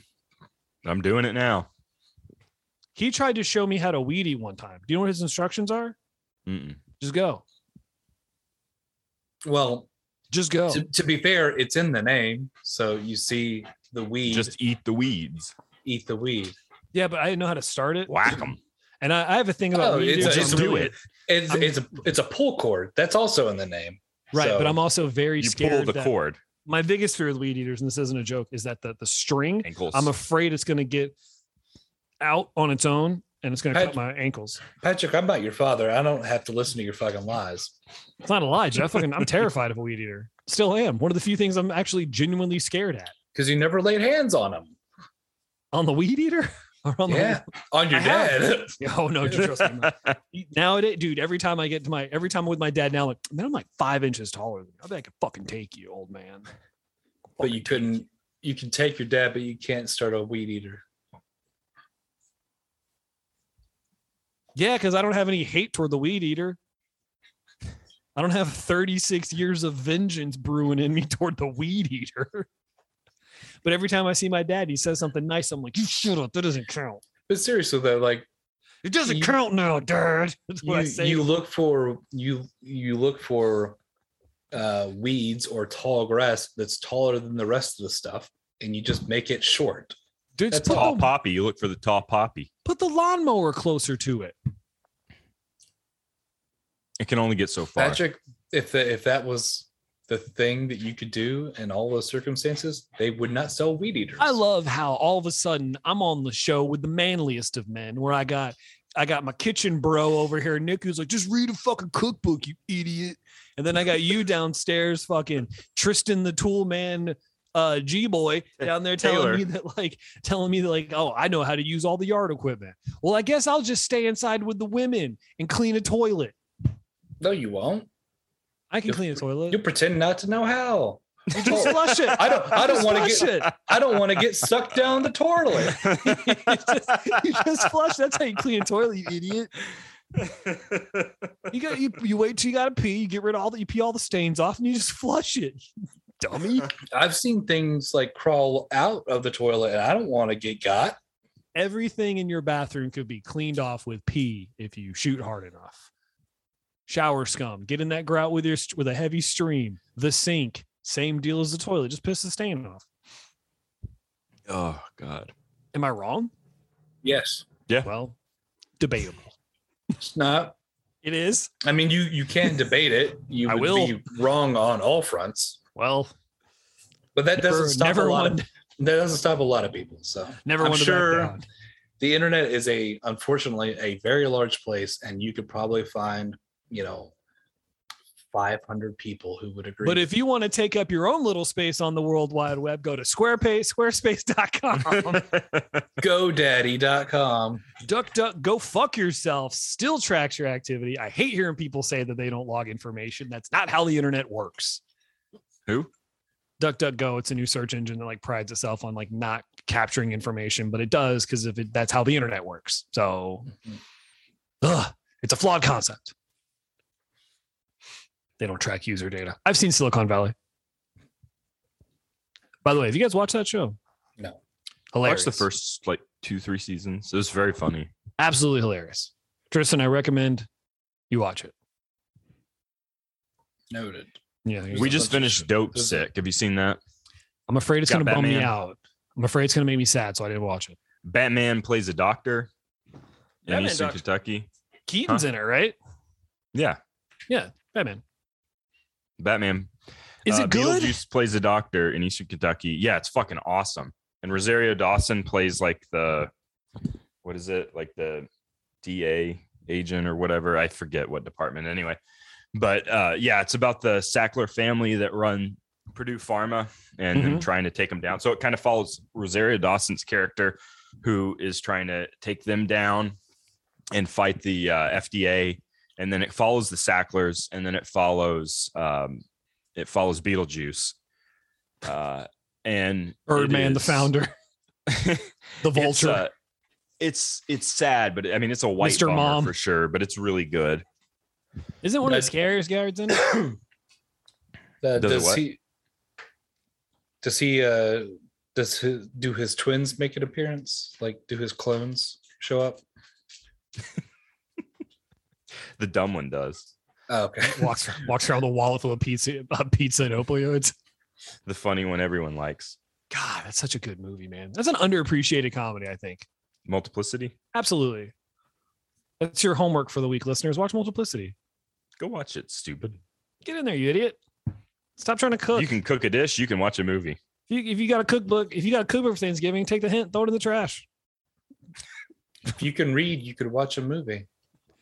B: I'm doing it now.
C: He tried to show me how to weedy one time. Do you know what his instructions are?
B: Mm-mm.
C: Just go.
D: Well,
C: Just go.
D: to, to be fair, it's in the name, so you see the weed,
B: Just eat the weeds.
D: eat the weed.
C: Yeah, but I didn't know how to start it.
B: Whack them.
C: And I, I have a thing about
D: Oh,
C: weed
D: it's
C: eaters.
D: a- it's
B: Just
C: I'm
B: do
C: really-
B: it.
D: It's
C: I'm-
D: it's a it's a pull cord. That's also in the name.
C: Right, but
D: So-
C: I'm also very
B: You
C: scared.
B: pull the
C: that-
B: cord.
C: My biggest fear with weed eaters, and this isn't a joke, is that the, the string,
B: Ankles.
C: I'm afraid it's going to get out on its own and it's going to
D: Hey.
C: cut my ankles.
D: Patrick, I'm not your father. I don't have to listen to your fucking lies.
C: It's not a lie, Jeff. Fucking, I'm terrified of a weed eater. Still am. One of the few things I'm actually genuinely scared at
D: Because you never laid hands on him.
C: on the weed eater *laughs* or on
D: Yeah. On your
C: I have.
D: dad.
C: the weed. Oh *laughs* no, trust me. no. Nowadays, dude, every time I get to my every time I'm with my dad now, like man, I'm like five inches taller than you. I bet I could fucking take you, old man.
D: But you
C: Fucking take
D: couldn't you can take your dad, but you can't start a weed eater.
C: Yeah, because I don't have any hate toward the weed eater. I don't have 36 years of vengeance brewing in me toward the weed eater. But every time I see my dad, he says something nice. I'm like, you shut up. That doesn't count.
D: But seriously though, like
C: It doesn't
D: You-
C: count now, Dad. *laughs* That's what I
D: you,
C: say.
D: you look for you you look for uh weeds or tall grass that's taller than the rest of the stuff and you just make it short.
C: Dude,
D: that's
C: put,
B: tall
C: the,
B: poppy. You look for the tall poppy.
C: put the lawnmower closer to it.
B: It can only get so far.
D: Patrick, if the, if that was the thing that you could do in all those circumstances, they would not sell weed eaters.
C: I love how all of a sudden I'm on the show with the manliest of men, where I got I got my kitchen bro over here, Nick, who's like, just read a fucking cookbook, you idiot. And then I got you downstairs, fucking Tristan the Tool Man, uh,
D: *laughs*
C: G boy down there telling
B: Taylor.
C: me that like telling me that like, oh, I know how to use all the yard equipment. Well, I guess I'll just stay inside with the women and clean a toilet.
D: No, you won't.
C: I can
D: You'll-
C: clean a toilet.
D: You pretend not to know how.
C: Just flush it.
D: I don't. I don't
C: Just
D: want to
C: flush
D: get. *laughs*
C: it.
D: I don't want to get sucked down the toilet.
B: *laughs*
C: *laughs* you just flush. That's how you clean a toilet, you idiot. You got you, you wait till you gotta pee, you get rid of all the you pee all the stains off and you just *laughs* flush it.
D: *laughs*
C: Dummy.
D: I've seen things like crawl out of the toilet, and I don't want to get got.
C: Everything in your bathroom could be cleaned off with pee if you shoot hard enough. Shower scum, get in that grout with your with a heavy stream. The sink, same deal as the toilet, just piss the stain off.
B: Oh God.
C: Am I wrong?
D: Yes.
C: Well, debatable.
D: It's not.
C: It is.
D: I mean, you you can debate it. You
C: I
D: would
C: will.
D: be wrong on all fronts,
C: Well,
D: but that doesn't
C: never,
D: stop
C: never
D: a lot.
C: one,
D: Of, that doesn't stop a lot of people. So
C: never
D: I'm
C: one to back
D: sure-
C: down.
D: the internet is a unfortunately a very large place, and you could probably find you know. 500 people who would agree.
C: But if you want to take up your own little space on the World Wide Web, go to
B: *laughs*
C: Squarespace, squarespace.com.
D: GoDaddy.com.
C: duck, duck, go fuck yourself. Still tracks your activity. I hate hearing people say that they don't log information. That's not how the internet works.
B: Who?
C: Duck, duck, go. It's a new search engine that like prides itself on like not capturing information, but it does because if it, that's how the internet works. So, ugh, it's a flawed concept. They don't track user data. I've seen Silicon Valley. By the way, have you guys watched that show?
D: No.
B: Watch
C: Hilarious.
B: the first like two, three seasons. It was very funny.
C: Absolutely hilarious. Tristan, I recommend you watch it.
D: Noted.
C: Yeah.
D: There's
B: we
D: a
B: just
D: bunch of
B: finished
D: shit.
B: Dope
D: There's a-
B: Sick. Have you seen that?
C: I'm afraid it's
B: Got
C: going to bum me
B: Batman.
C: out. I'm afraid it's going to make me sad, so I didn't watch it.
B: Batman plays a doctor in
C: Batman
B: Eastern
C: doctor.
B: Kentucky.
C: Keaton's in it, right?
B: Yeah,
C: Batman.
B: Batman.
C: Is
B: Uh,
C: it good?
B: Beetlejuice plays a doctor in Eastern Kentucky. Yeah, it's fucking awesome. And Rosario Dawson plays like the what is it? Like the DA agent or whatever. I forget what department anyway. But uh, yeah, it's about the Sackler family that run Purdue Pharma and
C: Mm-hmm.
B: then trying to take them down. So it kind of follows Rosario Dawson's character, who is trying to take them down and fight the uh, FDA. And then it follows the Sacklers, and then it follows um, it follows Beetlejuice, uh, and it
C: Birdman, the
B: is- *laughs*
C: founder, *laughs* the
B: It's,
C: vulture.
B: uh, it's it's sad, but I mean it's a white
C: Mr.
B: bummer
C: Mom.
B: for sure, but it's really good.
C: Isn't one of the
D: That's-
C: scariest guards in it?
D: Uh,
B: Does it
D: does
B: what?
D: he? Does he? Uh, does his, do his twins make an appearance? Like, do his clones show up?
B: The dumb one does.
D: Oh, okay.
C: walks walks around with a wallet full of pizza, uh, pizza and opioids.
B: The funny one everyone likes.
C: God, that's such a good movie, man. That's an underappreciated comedy, I think.
B: Multiplicity.
C: Absolutely. That's your homework for the week, listeners. Watch Multiplicity.
B: Go watch it, stupid.
C: Get in there, you idiot. Stop trying to cook.
B: You can cook a dish, you can watch a movie.
C: If you, if you got a cookbook, if you got a cookbook for Thanksgiving, take the hint, throw it in the trash.
D: *laughs* if you can read, you could watch a movie.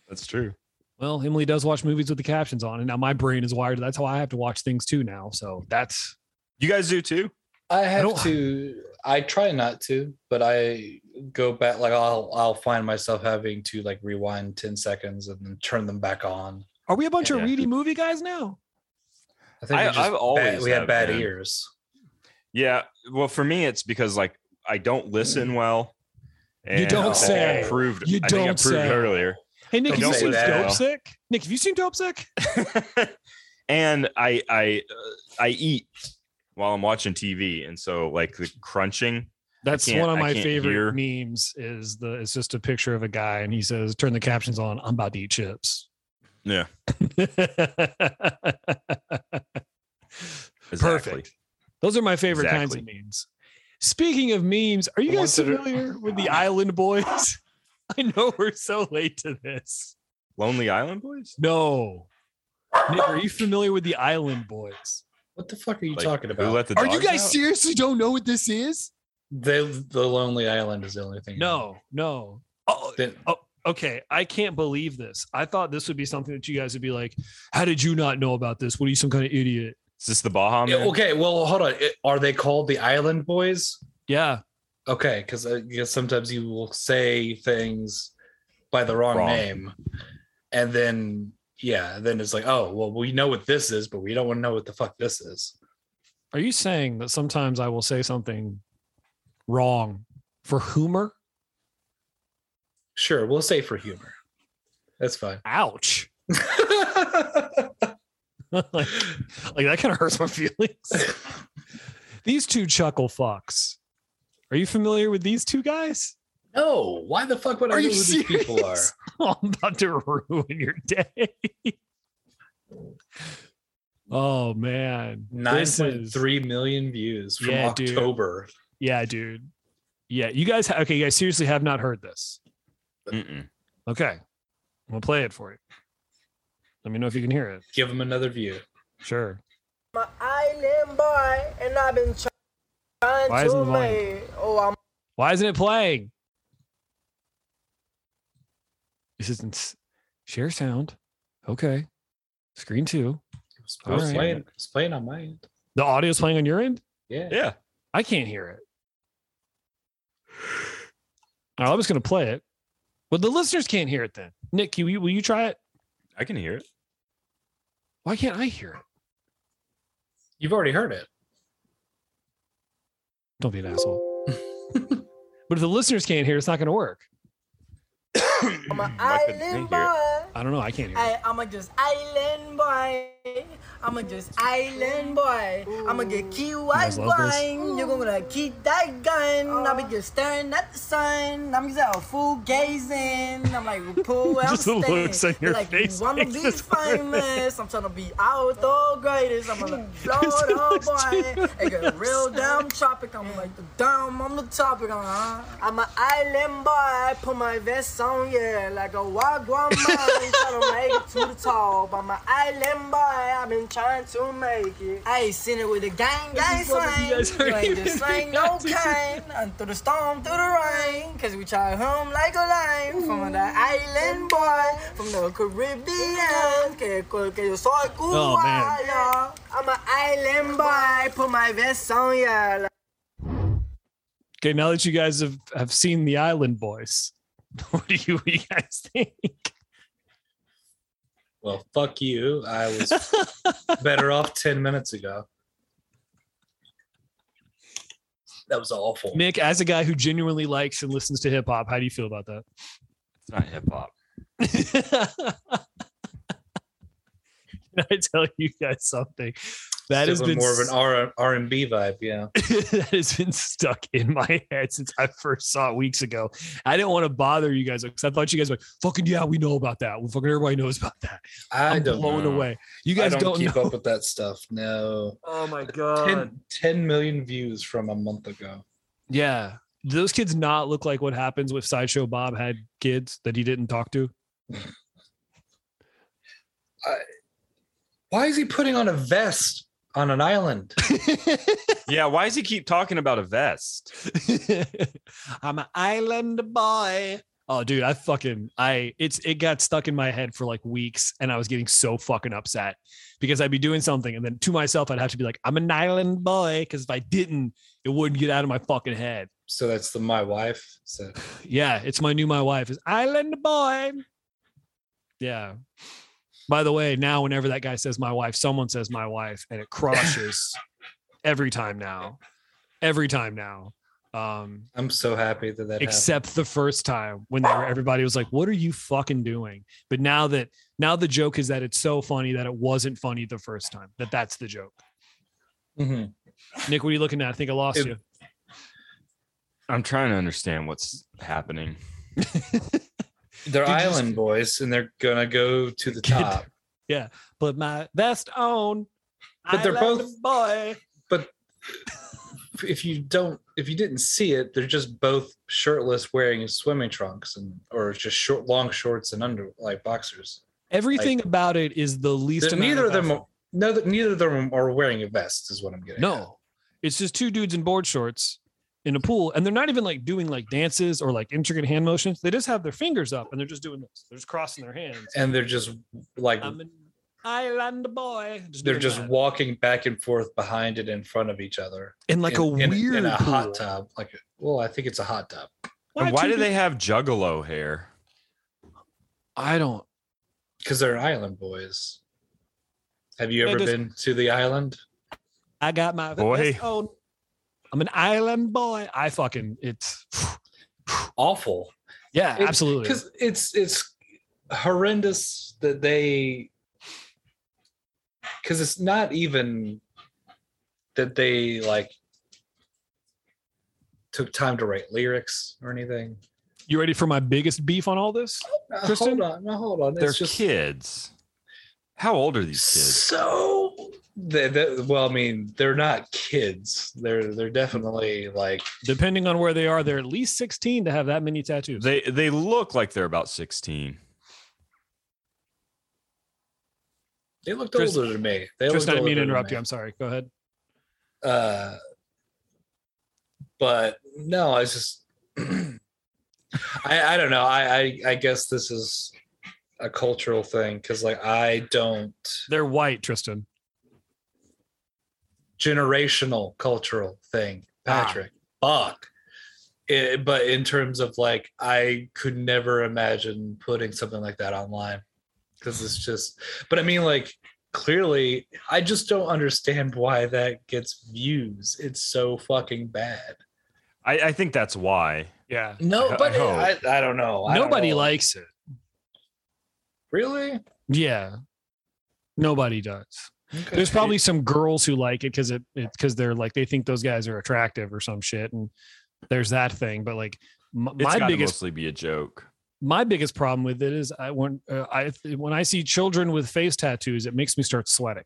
B: That's true.
C: Well, Emily does watch movies with the captions on, and now my brain is wired. That's how I have to watch things too now. So that's
B: You guys do too?
D: I have
C: don't-
D: to. I try not to, but I go back. Like, I'll I'll find myself having to like rewind ten seconds and then turn them back on.
C: are we a bunch of
B: Yeah.
C: reedy movie guys now?
D: I think
B: I-
D: we just
B: I've
D: bad-
B: always
D: we had
B: have
D: bad
B: been.
D: ears.
B: Yeah. Well, for me it's because like I don't listen well. And
C: Mm. don't
B: I think I
D: say.
B: proved
C: You
B: I think I
C: don't
B: proved
C: say.
B: earlier.
C: Hey Nick,
D: Don't
C: have you
D: say
C: seen
D: that.
C: Dope Sick? Nick, have you seen Dope Sick?
B: and I I uh, I eat while I'm watching TV and so like the crunching
C: That's
B: can't-
C: one of
B: I
C: my
B: can't
C: favorite
B: hear.
C: memes. Is the it's just a picture of a guy and he says, "Turn the captions on. I'm about to eat chips." *laughs*
B: Yeah. exactly.
C: Perfect. Those are my favorite kinds of memes. Speaking of memes, are you
D: The
C: guys
D: ones that are-
C: familiar *laughs* with the Island Boys? *laughs* I know we're so late to this.
B: Lonely Island Boys?
C: No, Nick, are you familiar with the Island Boys?
D: What the fuck are you
B: Like,
D: talking
B: Who
D: about?
B: let the
C: Are you
B: dogs
C: guys
B: out?
C: seriously don't know what this is?
D: the The Lonely Island is the only thing. I know.
C: No, no. Oh,
D: Then-
C: okay, I can't believe this. I thought this would be something that you guys would be like, how did you not know about this? What are you, some kind of idiot?
B: Is this the Baja
D: Yeah,
B: Man?
D: okay, well, hold on. It- Are they called the Island Boys?
C: Yeah.
D: Okay, because I guess sometimes you will say things by the wrong,
B: Wrong.
D: name, and then yeah, then it's like, oh, well, we know what this is, but we don't want to know what the fuck this is.
C: Are you saying that sometimes I will say something wrong for humor?
D: Sure, we'll say for humor. That's fine. *laughs*
C: Ouch. *laughs*
D: I
C: like, like that kind of hurts my *laughs* feelings. these two chuckle fucks. Are you familiar with these two guys? *laughs*
D: No, why the fuck would I
C: Are
D: know who
C: you
D: these people are?
C: serious? I'm about to ruin your day. *laughs* oh man.
D: Nine
C: This
D: point
C: is-
D: three million views from
C: Yeah, dude.
D: October.
C: Yeah, dude. Yeah, you guys. Ha- okay, you guys seriously have not heard this.
B: Mm-mm.
C: Okay, I'm gonna play it for you. Let me know if you can hear it.
D: Give them another view.
C: Sure.
F: My island boy, and I've been try- trying
C: Why isn't
F: to
C: the volume-
F: make. Oh, I'm
C: Why isn't it playing? This isn't s- share sound. Okay. Screen two.
D: It was, it was
C: Alright.
D: playing, it was playing on my end.
C: The audio's playing on your end.
D: Yeah.
B: Yeah.
C: I can't hear it. All right, I'm just gonna play it. Well, the listeners can't hear it then. Nick, can you, will you try it?
B: I can hear it.
C: Why can't I hear it?
D: You've already heard it.
C: Don't be
D: *laughs*
C: an asshole. but if the listeners can't hear, it's not going to work. *clears throat*
B: Why
F: my
B: couldn't they
F: island
B: hear it?
F: boy.
C: I don't know. I can't hear. It.
F: I, I'm a just island boy. I'm a just island boy. I'm a get key white
C: guys love this?
F: wine. You're gonna keep that gun. I'll be just staring at the sun. I'm just out full gazing. I'm like, pull where
C: *laughs* Just the
F: I'm standing.
C: looks on
F: You're
C: your
F: like,
C: face
F: You wanna
C: makes
F: be
C: this *laughs* worse.
F: famous? I'm trying to be out the greatest.
C: *laughs*
F: I'm gonna float up, boy. It got real down topic. I'm like, the dumb. I'm the topic. Uh-huh. I'm an
C: *laughs*
F: island boy. Put my vest on, yeah, like a wagwan man. Trying to make it to the tall, but my island boy, I've been trying to make it. I ain't seen it with a gang, gang
C: is what *laughs* you
F: slang.
C: guys are
F: You ain't
C: even
F: just slang no
C: reacting to.
F: kind. And through the storm, through the rain, cause we try home like a lion. From the island boy, from the Caribbean. Que, que yo soy Cuba,
C: Oh, man.
F: y'all. I'm an island boy, put my vest on, y'all.
C: Okay, now that you guys have, have seen the Island Boys, *laughs* what do you, what do you guys think?
D: Well, fuck you. I
C: *laughs*
D: was better off 10 minutes ago. That was awful.
C: Nick, as a guy who genuinely likes and listens to hip hop, how do you feel about
B: It's not hip hop.
C: that? *laughs* Can I tell you guys something? That has
D: Still
C: been
D: more of an R- R&B vibe. Yeah.
C: *laughs* that has been stuck in my head since I first saw it weeks ago. I didn't want to bother you guys because I thought you guys were like, fucking yeah, we know about that. Well, fucking everybody knows about that.
D: I
C: I'm
D: don't
C: blown
B: know.
C: away. You guys
D: I
C: don't,
D: keep
C: know.
D: up with that stuff. No.
C: *laughs* Oh *laughs* my
D: 10, 10 million views from a month ago.
C: Yeah. Do those kids not look like what happens if Sideshow Bob had kids that he didn't talk
D: *laughs*
C: to?
D: Why is he putting on a vest on an island?
B: Yeah, why does he keep talking about a vest?
C: I'm an island boy. Oh, dude, I fucking I it's it got stuck in my head for like weeks, and I was getting so fucking upset because I'd be doing something, and then to myself, I'd have to be like, "I'm an island boy," because if I didn't, it wouldn't get out of my fucking head.
D: So that's the my wife. So
C: Yeah, it's my new my wife is island boy. Yeah. By the way, now whenever that guy says my wife, someone says my wife, and
D: *laughs*
C: it crushes every time now, every time now. Um,
D: I'm so happy that that happened.
C: except the first time when they were, everybody was like, "What are you fucking doing?" But now that now the joke is that it's so funny that it wasn't funny the first time. That that's the joke.
D: Mhm.
C: Nick, what are you looking at? I think I lost
D: It-
C: you.
B: I'm trying to understand what's happening.
D: Mm-hmm. They're
C: Did you-
D: island boys and they're going to go to the
C: Get-
D: top.
C: But my best own.
D: But they're
C: island
D: both-
C: boy.
D: if you don't if you didn't see it they're just both shirtless wearing swimming trunks and or just short long shorts and under like boxers
C: Everything about it is the least.
D: That
C: amount
D: neither of them
C: effort.
D: are, no that neither of them are wearing a vest is what i'm getting at.
C: No, it's just two dudes in board shorts in a pool, and they're not even like doing like dances or like intricate hand motions. They just have their fingers up and they're just doing this. They're just crossing their hands.
D: and they're just like
C: I'm an island boy.
D: they're
C: doing
D: just
C: that.
D: walking back and forth behind and in front of each other
C: in like
D: in,
C: a
D: in-
C: weird
D: in a
C: pool.
D: hot tub like well i think it's a hot tub
B: And why do
C: two dudes-
B: they have juggalo hair?
C: I don't.
D: because they're island boys have you
C: They
D: ever
C: just-
D: been to the
C: *sighs*
D: island
C: I got my
B: Boy.
C: that's on- I'm an island boy. I fucking it's *sighs*
D: awful
C: yeah,
D: It-
C: absolutely.
D: because it's it's horrendous that they because it's not even that they like took time to write lyrics or anything
C: You ready for my biggest beef on all this?
D: Uh,
C: Kristen?
D: hold on no, hold on
B: They're
D: it's just
B: kids. How old are these kids?
D: so they, they- well i mean they're not kids they're they're definitely like
C: Depending on where they are, they're at least 16 to have that many tattoos.
B: They they look like they're about 16.
D: they looked
C: Kristen-
D: older than me they
C: Tristan, I
D: looked
C: didn't mean
D: older
C: to
D: than
C: interrupt
D: me.
C: you. I'm sorry. Go ahead.
D: Uh, but no, I just *clears throat* I I don't know. I, I I guess this is a cultural thing because like I don't
C: They're white, Tristan.
D: generational cultural thing,
C: Ah.
D: Patrick. Fuck. It, but in terms of like, I could never imagine putting something like that online because it's just. But I mean, like, clearly, I just don't understand why that gets views. It's so fucking bad.
B: I, I think that's why.
C: Yeah.
D: No,
B: I- I
D: but it- I,
B: hope.
D: I, don't know. I don't
C: Nobody
D: know.
C: likes it.
D: really.
C: Yeah. Nobody does.
D: Okay.
C: There's probably some girls who like it because it because they're like they think those guys are attractive or some shit, and there's that thing. But like m-
B: It's
C: my
B: gotta
C: biggest
B: mostly be a joke.
C: my biggest problem with it is I when uh, I when I see children with face tattoos, it makes me start sweating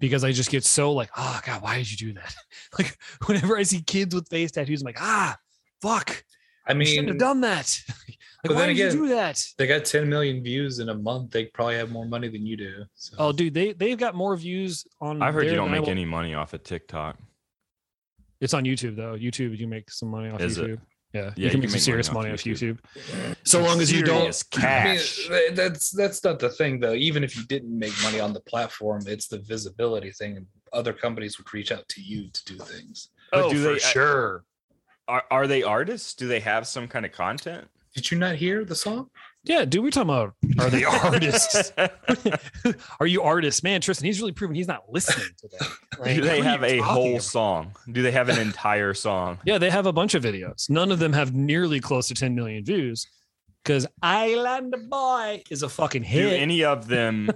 C: because I just get so like, oh *laughs* god, why did you do that? Like whenever I see kids with face tattoos, I'm like, ah, fuck,
D: I
C: you shouldn't have
D: mean,
C: done that. like,
D: but
C: why
D: then
C: did
D: again-
C: you do that?
D: they got 10 million views in a month. They probably have more money than you do. So.
C: Oh, dude, they they've got more views on.
B: I heard you
C: there
B: don't
C: than I
B: make
C: will-
B: any money off of TikTok.
C: It's on YouTube though. YouTube, you make some money off
B: Is it?
C: YouTube. Yeah,
B: you
C: you
B: can
C: can make some
B: make
C: serious money
B: money
C: off
B: off
C: YouTube. So long as you don't.
B: Serious
D: I mean,
B: cash.
D: th- that's that's not the thing though. Even if you didn't make money on the platform, it's the visibility thing. Other companies would reach out to you to do things.
B: Oh,
E: But do
B: for
E: they-
B: sure. Are, are they artists? Do they have some kind of content?
D: Did you not hear the song?
C: Yeah, dude, we're talking about are
B: *laughs*
C: they artists? *laughs* are you artists, man? Tristan, he's really proven he's not listening today. Like,
B: Do *laughs* they
C: what are
B: have
C: you
B: a
C: talking
B: whole
C: about?
B: song? Do they have an entire *laughs* song?
C: Yeah, they have a bunch of videos. None of them have nearly close to 10 million views because Island Boy is a fucking
B: Do
C: hit.
B: any of them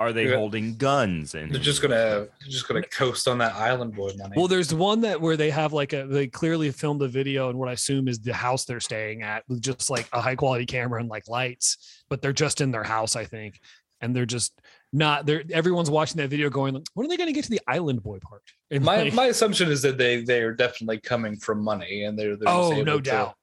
B: are
C: *laughs*
B: they
D: Yeah.
B: holding guns? And
D: They're just gonna they're just gonna coast on that island boy money.
C: well, there's one that where they have like a they clearly filmed a video in what I assume is the house they're staying at with just like a high quality camera and like lights, but they're just in their house, I think. And they're just not they're everyone's watching that video going, like, when are they gonna get to the island boy part? And
D: my
C: like,
D: my assumption is that they they are definitely coming from money and they're, they're just
C: oh,
D: able
C: no
D: to-
C: doubt.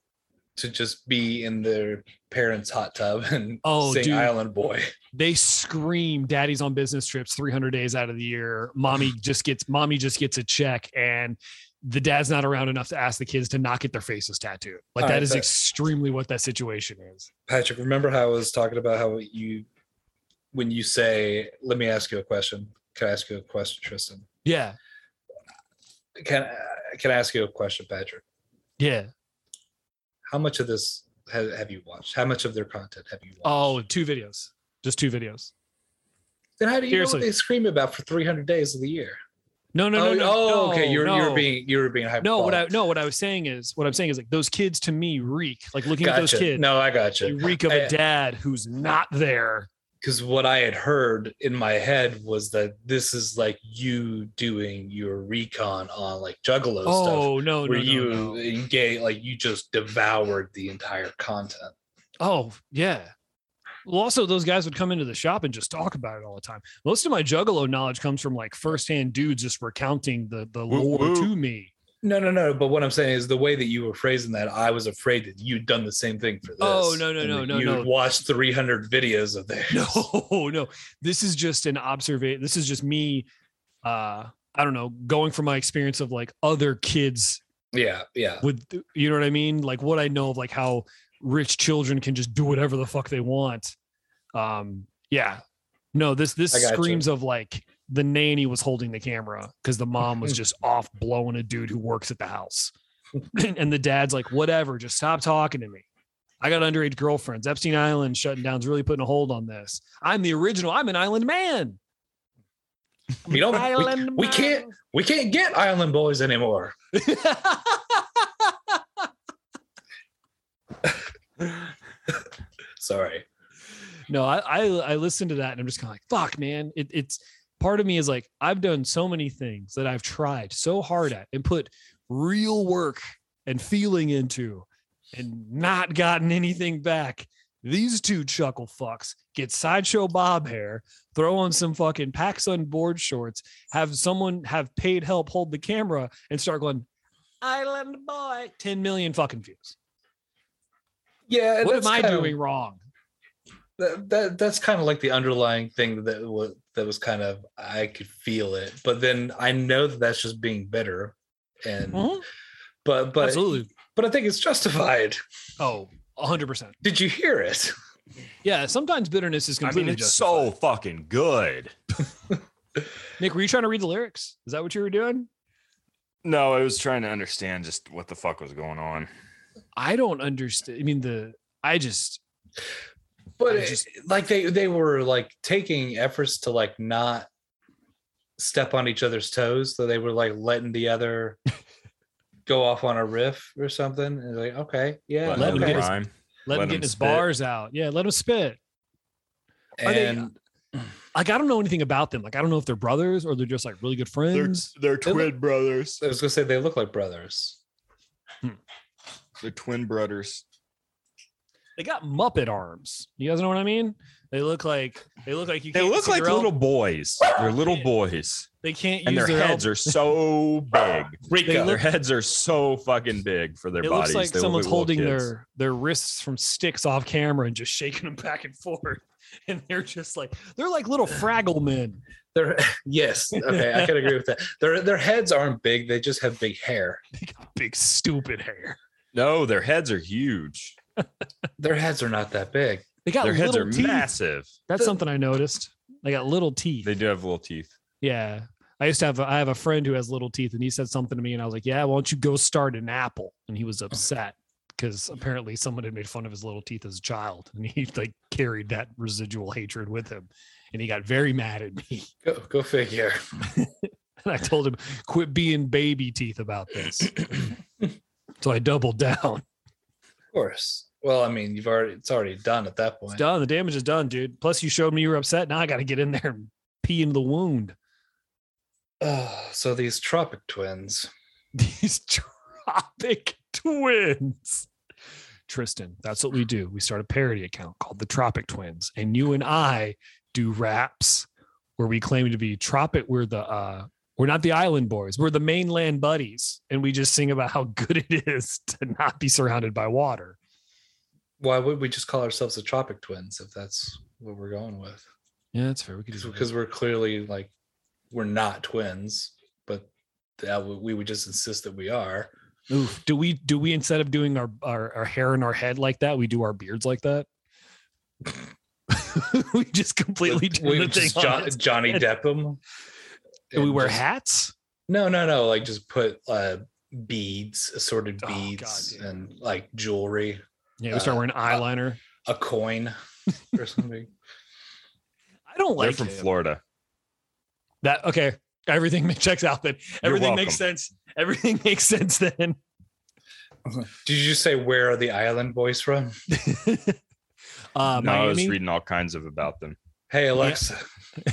D: to just be in their parents' hot tub *laughs* and
C: Oh,
D: sing
C: dude.
D: Island Boy.
C: they scream daddy's on business trips 300 days out of the year mommy just gets mommy just gets a check and the dad's not around enough to ask the kids to not get their faces tattooed like
D: All
C: that
D: right,
C: is
D: but-
C: extremely what that situation is
D: Patrick, remember how I was talking about how you when you say, "Let me ask you a question." Can I ask you a question, Tristan?
C: yeah
D: Can I- can I ask you a question, Patrick?
C: yeah
D: How much of this have, have you watched? How much of their content have you watched?
C: oh two videos just two videos
D: then how do you know
C: seriously.
D: what they scream about for 300 days of the year?
C: no no no
D: oh,
C: no
D: oh,
C: no,
D: okay. You're you're
C: no.
D: being you're being hyperbolic.
C: no what i no what i was saying is what i'm saying is like those kids to me reek like looking
D: gotcha.
C: at those kids
D: No, I gotcha. Eh.
C: they reek of a
D: I-
C: dad who's not there
D: because what I had heard in my head was that this is like you doing your recon on like Juggalo stuff,
C: oh no no,
D: where
C: no,
D: you
C: no.
D: engage, like you just devoured the entire content.
C: Oh, yeah. Well, also, those guys would come into the shop and just talk about it all the time. Most of my juggalo knowledge comes from like firsthand dudes just recounting the, the
B: Woo,
C: lore
B: woo.
C: to me.
D: No, no, no. But what I'm saying is the way that you were phrasing that, I was afraid that you'd done the same thing for this.
C: Oh, no, no,
D: and
C: no,
D: that
C: no,
D: You'd
C: no.
D: watched 300 videos of theirs.
C: *laughs* No, no. This is just an observation. This is just me, uh, I don't know, going from my experience of like other kids
D: Yeah, yeah.
C: with, you know what I mean? Like what I know of like how rich children can just do whatever the fuck they want. Um, yeah. No, this this
D: I gotcha.
C: screams of like the nanny was holding the camera because the mom
D: *laughs*
C: was just off blowing a dude who works at the house. *laughs* and the dad's like, whatever, just stop talking to me. I got underage girlfriends. Epstein Island shutting down's really putting a hold on this. I'm the original. I'm an island man.
D: We don't. We, we
C: *laughs*
D: can't. We can't get Island Boys anymore. Sorry.
C: no, I, I I listen to that and I'm just kind of like, fuck, man. It, it's part of me is like, I've done so many things that I've tried so hard at and put real work and feeling into and not gotten anything back. These two chuckle fucks get sideshow bob hair, throw on some fucking packs on board shorts, have someone have paid help hold the camera and start going, Island boy, 10 million fucking views.
D: Yeah. and
C: What am
D: that's
C: I
D: kinda-
C: doing wrong?
D: that, that that's kind of like the underlying thing that was that was kind of I could feel it, but then I know that that's just being bitter, and
C: Mhm.
D: but but
C: Absolutely.
D: but I think it's justified. *laughs*
C: Oh, 100%.
D: Did you hear it?
C: Yeah, sometimes bitterness
B: I
C: is completely
B: mean, it's
C: justified.
B: so fucking good.
C: Nick, were you trying to read the lyrics? Is that what you were doing?
B: No, I was trying to understand just what the fuck was going on.
C: I don't understand. I mean, the I just
D: But
C: I
D: it-
C: just-
D: like they they were like taking efforts to like not step on each other's toes, so they were like letting the
C: *laughs*
D: other go off on a riff or something, and like okay, yeah,
C: Let him
D: okay.
C: get his-
B: rhyme.
C: let,
B: Let
C: him get
B: him
C: his
B: spit.
C: bars out. Yeah, let him spit. Are they- uh,
D: and
C: Like I don't know anything about them. Like I don't know if they're brothers or they're just like really good friends.
B: they're
D: twin
B: brothers.
D: I was gonna say they look like brothers.
B: They're twin brothers.
C: They got Muppet arms. You guys know what I mean? They look like they look like you.
B: They
C: can't
B: look
C: see
B: like
C: their own-
B: little boys. They're
C: *laughs*
B: little boys,
C: They can't use
B: and their heads
C: elbow-
B: are so
C: *laughs*
B: big.
C: They
B: Their
C: look-
B: heads are so fucking big for their
C: It
B: bodies.
C: looks like
B: They look
C: someone's
B: little
C: holding
B: kids.
C: their their wrists from sticks off camera and just shaking them back and forth, *laughs* and they're just like they're like little Fraggle men.
D: They're *laughs* yes, okay, I can agree with that. Their their heads aren't big; they just have big hair.
C: They got big stupid hair.
B: No, their heads are huge.
D: Their heads are not that big.
C: They got
B: Their heads
C: little
B: are
C: teeth.
B: massive.
C: That's something I noticed. They got little teeth.
B: They do have little teeth.
C: Yeah. I used to have a, I have a friend who has little teeth and he said something to me and I was like, "Yeah, why don't you go start an apple?" And he
B: Oh.
C: was upset because apparently someone had made fun of his little teeth as a child and he like carried that residual hatred with him and he got very mad at me. *laughs*
D: Go go figure.
C: And I told him, "Quit being baby teeth about
B: *coughs*
C: this." so I doubled down.
D: Of course. Well, I mean, you've already it's already done at that
C: It's
D: point.
C: done. The damage is done, dude. Plus you showed me you were upset. Now I got to get in there and pee in the wound.
D: Oh, so these Tropic twins.
C: *laughs* these Tropic Twins. Tristan, that's what we do. We start a parody account called the Tropic Twins, and you and I do raps where we claim to be Tropic. We're the uh, we're not the island boys. We're the mainland buddies, and we just sing about how *laughs* good it is to not be surrounded by water.
D: Why would we just call ourselves the Tropic twins if that's what we're going with?
C: Yeah, that's fair. We could do that.
D: Because we're clearly like we're not twins, but that w- we would just insist that we are.
C: Oof. Do we do we instead of doing our, our our hair in our head like that, we do our beards like that? *laughs* we just completely do
D: we
C: the
D: would just
C: thing on
D: Jo-
C: its
D: Johnny
C: head.
D: Depp 'em
C: Do *laughs* we
D: and
C: wear
D: just-
C: hats?
D: No, no, no. Like just put uh beads, assorted
C: Oh, God,
D: beads,
C: dude.
D: and like jewelry,
C: Yeah, we start
D: Uh,
C: wearing eyeliner.
D: a
C: *laughs*
D: coin or something.
C: I don't
B: They're
C: like
B: from
C: him.
B: Florida.
C: that. Okay, everything *laughs* ma- checks out. Then
B: You're
C: everything makes
B: welcome.
C: sense. Everything *laughs* makes sense. Then Uh-huh.
D: Did you just say where are the island boys from?
C: uh,
B: no, I was
C: Miami?
B: reading all kinds of about
C: *laughs*
B: them.
D: Hey Alexa.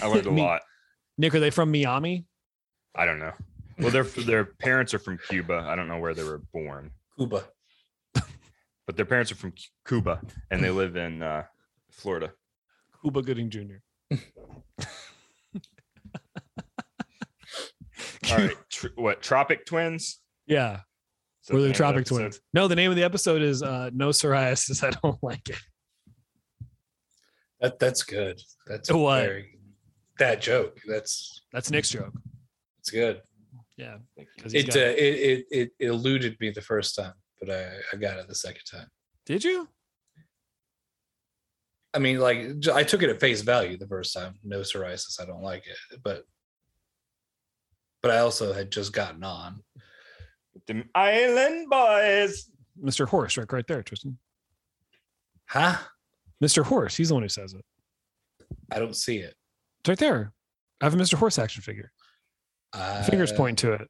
B: I learned a
C: Me-
B: lot.
C: Nick, are they from Miami?
B: I don't know. Well, their their parents are from Cuba. I don't know where they were born,
D: Cuba.
B: but their parents are from Cu- Cuba and they live in uh, Florida.
C: Cuba Gooding Jr.
B: All
C: *laughs*
B: right, tr- what Tropic Twins?
C: Yeah,
B: Is that
C: we're
B: the name of
C: the
B: the
C: Tropic
B: episode?
C: Twins. No, the name of the episode is uh, "No Psoriasis." *laughs* I don't like it.
D: That that's good. That's
C: What?
D: very that joke. That's
C: That's Nick's joke.
D: it's good.
C: Yeah, because
D: It, uh, it it it it eluded me the first time, but I I got it the second time.
C: did you?
D: I mean, like j- I took it at face value the first time. No psoriasis, I don't like it, but but I also had just gotten on.
B: Them Island Boys.
C: Mr. Horse, right, right there, Tristan.
D: Huh?
C: Mr. Horse, he's the one who says it.
D: I don't see it.
C: It's right there. I have a Mr. Horse action figure.
D: Uh,
C: fingers point to it.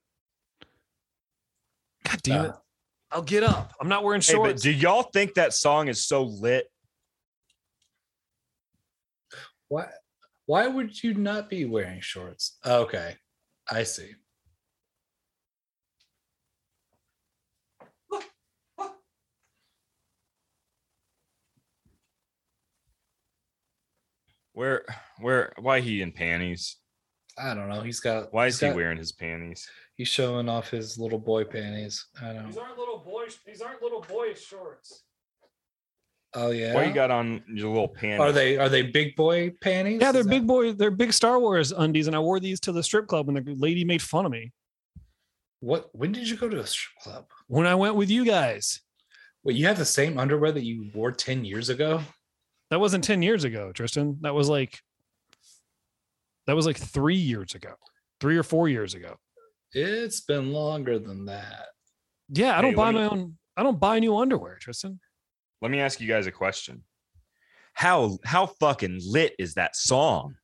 C: God damn
D: uh,
C: it. I'll get up. I'm not wearing
B: Hey, but
C: shorts.
B: do y'all think that song is so lit?
D: Why why would you not be wearing shorts? Okay, I see.
B: Where where why he in panties?
D: I don't know. He's got
B: Why
D: he's
B: is he
D: got-
B: wearing his panties?
D: He's showing off his little boy panties. I don't.
C: aren't little boy these aren't little boy shorts.
D: Oh yeah.
B: Why you got on your little panties?
D: Are they are they big boy panties?
C: Yeah,
D: Is
C: they're
D: that-
C: big boy, they're big Star Wars undies, and I wore these to the strip club and the lady made fun of me.
D: What? When did you go to a strip club?
C: When I went with you guys.
D: Wait, you have the same underwear that you wore ten years ago?
C: That wasn't 10 years ago, Tristan. That was like that was like three years ago. Three or four years ago.
D: It's been longer than that.
C: Yeah, I don't
B: Hey,
C: buy
B: let me-
C: my own I don't buy new underwear, Tristan.
B: Let me ask you guys a question. How how fucking lit is that song?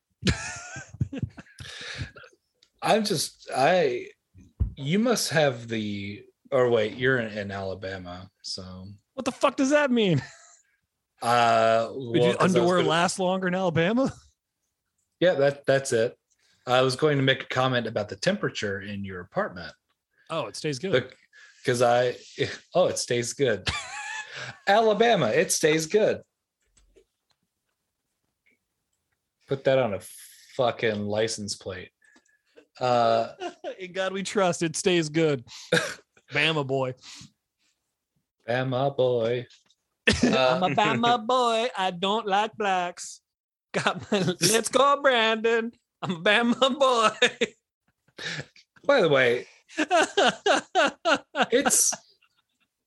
D: I'm just I. You must have the. Or wait, you're in, in Alabama, so.
C: What the fuck does that mean?
D: Uh,
C: Did
D: well,
C: your
D: 'cause I was
C: underwear
D: gonna-
C: last longer in Alabama?
D: Yeah, that that's it. I was going to make a comment about the temperature in your apartment.
C: Oh, it stays good.
D: because I *laughs* oh it stays good. Alabama, it stays good. Put that on a fucking license plate. Uh,
C: *laughs* In God we trust, it stays good. Bama boy.
D: Bama
C: *laughs*
D: boy. Uh,
C: I'm
D: *laughs*
C: a Bama boy. I don't like blacks. Got my let's go, Brandon. I'm a Bama boy. *laughs*
D: by the way, it's.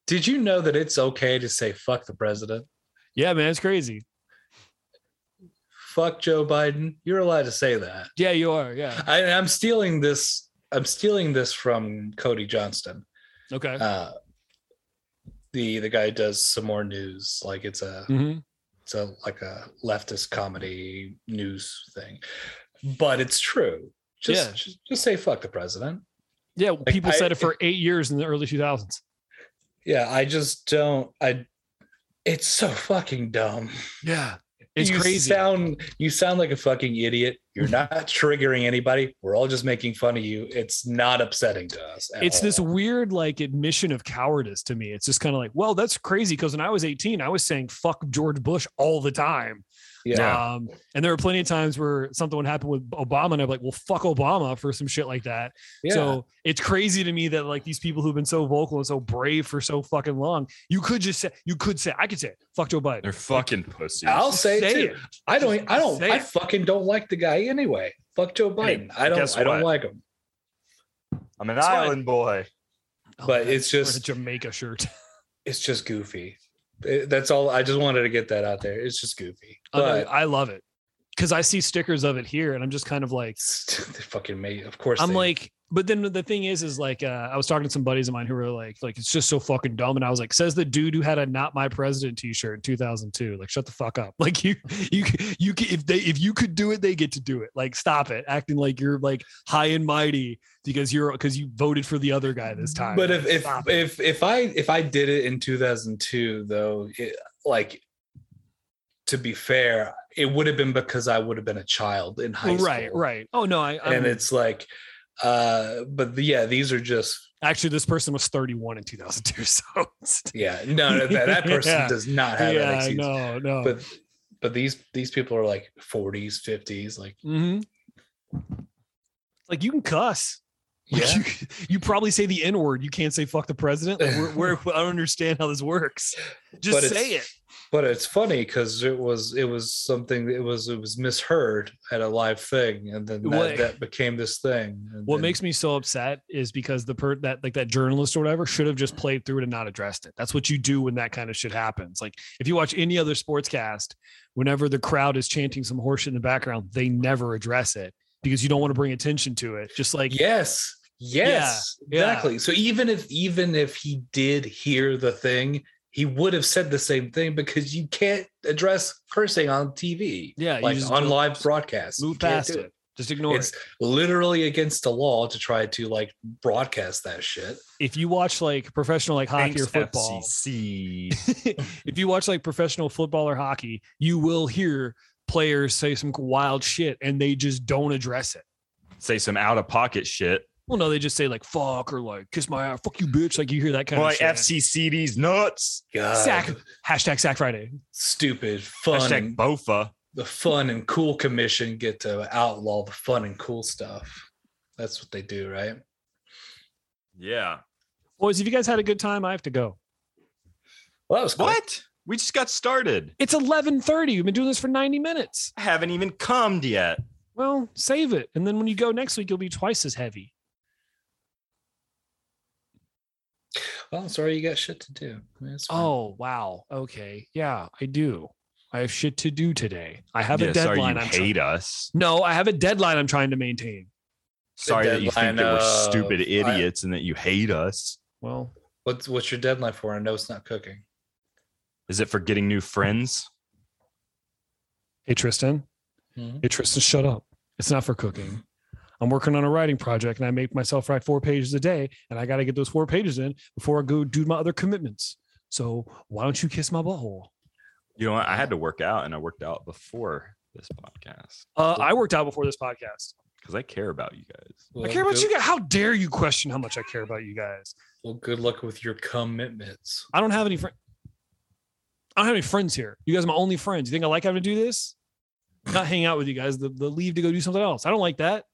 D: Did you know that it's okay to say fuck the president?
C: yeah, man, it's crazy.
D: Fuck Joe Biden. You're allowed to say that.
C: Yeah, you are. Yeah.
D: I, I'm stealing this. I'm stealing this from Cody Johnston.
C: Okay.
D: Uh, the the guy does some more news. Like it's a
C: Mhm.
D: it's a like a leftist comedy news thing, but it's true. Just
C: Yeah.
D: just, just say fuck the president.
C: Yeah, people
D: I-
C: said it for eight years in the early 2000s.
D: Yeah, I just don't. I. It's so fucking dumb.
C: Yeah, it's
D: you
C: crazy.
D: Sound you sound like a fucking idiot. You're
C: *laughs*
D: not triggering anybody. We're all just making fun of you. It's not upsetting to us. at
C: it's this
D: all.
C: weird like admission of cowardice to me. It's just kind of like, well, that's crazy because when I was 18, I was saying fuck George Bush all the time.
D: Yeah.
C: Um, and there were plenty of times where something would happen with Obama, and I'm like, well, fuck Obama for some shit like that.
D: yeah.
C: So it's crazy to me that like these people who've been so vocal and so brave for so fucking long, you could just say, you could say, I could say, it, fuck Joe Biden.
B: They're fucking pussies.
D: I'll say, it
C: Say
D: too.
C: it.
D: I don't. I don't.
C: Say
D: I
C: it.
D: fucking don't like the guy anyway. Fuck Joe Biden. I
B: guess
D: don't. I don't
B: what?
D: like him.
B: I'm an
C: That's why-
B: island boy.
C: Oh,
D: but
C: man,
D: it's
C: wearing
D: just-
C: a Jamaica shirt. *laughs*
D: It's just goofy. It- that's all. I just wanted to get that out there. It's just goofy.
C: I know-
D: But
C: I love it because I see stickers of it here, and I'm just kind of like,
D: *laughs* they fucking made. Of course,
C: I'm
D: they-
C: like, but then the thing is, is like, uh, I was talking to some buddies of mine who were like, like it's just so fucking dumb, and I was like, says the dude who had a "Not My President" T-shirt in 2002. Like, shut the fuck up. *laughs* Like you, you, you. c- If they, if you could do it, they get to do it. Like, stop it, acting like you're like high and mighty because you're because you voted for the other guy this time.
D: But if if
C: Stop it.
D: if if I if I did it in 2002 though, it, like to be fair, it would have been because I would have been a child in high school.
C: right, right. Oh no, I.
D: And
C: And
D: it's like, uh, but the, yeah, these are just
C: actually this person was 31 in 2002, *laughs* so it's-
D: yeah. No, no
C: *laughs*
D: that, that person
C: Yeah.
D: does not have that
C: yeah,
D: excuse.
C: no, no.
D: But but these these people are like 40s, 50s,
C: *laughs*
D: like
C: hmm Like you can cuss. Like,
D: yeah.
C: You, *laughs* you probably say the N word. You can't say fuck the president. Like, we're,
D: *laughs*
C: we're, I don't understand how this works. Just
D: But it's-
C: say it.
D: but it's funny because it was it was something it was it was misheard at a live thing and then that,
C: What-
D: that became this thing and
C: What
D: then-
C: makes me so upset is because the per that like that journalist or whatever should have just played through it and not addressed it. That's what you do when that kind of shit happens. Like if you watch any other sports cast, whenever the crowd is chanting some horseshit in the background, they never address it because you don't want to bring attention to it. Just like
D: yes yes
C: yeah.
D: exactly so even if even if he did hear the thing he would have said the same thing because you can't address cursing on tv
C: Yeah, you
D: like
C: just
D: on
C: don't-
D: live broadcasts You
C: move
D: can't
C: past
D: do
C: it. Just ignore
D: it's
C: it.
D: literally against the law to try to like broadcast that shit
C: If you watch like professional like hockey or football,
B: FCC.
C: *laughs* if you watch like professional football or hockey, you will hear players say some wild shit and they just don't address it.
B: say some out of pocket shit.
C: Well, no, they just say like fuck or like kiss my ass, fuck you, bitch. Like you hear that kind
B: Well, like
C: of shit.
B: FCC these nuts.
D: God,
C: Sack hashtag Sack Friday.
D: stupid fun
B: Hashtag Bofa.
D: the fun and cool commission get to outlaw the fun and cool stuff that's what they do right
B: Yeah.
C: Boys, if you guys had a good time, I have to go.
D: well that was quick.
B: What? We just got started.
C: It's eleven thirty. We've been doing this for ninety minutes.
B: I haven't even cummed yet.
C: Well, save it, and then when you go next week, you'll be twice as heavy.
D: Well, I'm sorry you got shit to do. I mean, it's fine.
C: Oh wow. Okay. Yeah, I do. I have shit to do today. I have
B: Yeah,
C: a deadline.
B: Sorry you
C: I'm try-
B: hate us.
C: no, I have a deadline. I'm trying to maintain.
B: Sorry that you think
D: deadline
B: that we're
D: of-
B: stupid
D: I-
B: idiots and that you hate us.
C: Well,
D: what's what's your deadline for? I know it's not cooking.
B: Is it for getting new friends?
C: Hey Tristan.
D: Mhm.
C: Hey Tristan, shut up. It's not for cooking. I'm working on a writing project and I make myself write four pages a day and I got to get those four pages in before I go do my other commitments. So why don't you kiss my butthole?
B: You know, what? I had to work out and I worked out before this podcast
C: Uh, I worked out before this podcast.
B: because I care about you guys.
D: Well,
C: I care about
D: good,
C: you guys. How dare you question how much I care about you guys?
D: Well, good luck with your commitments.
C: I don't have any friends. I don't have any friends here. You guys are my only friends. You think I like having to do this? not hang out with you guys, the, the leave to go do something else. I don't like that.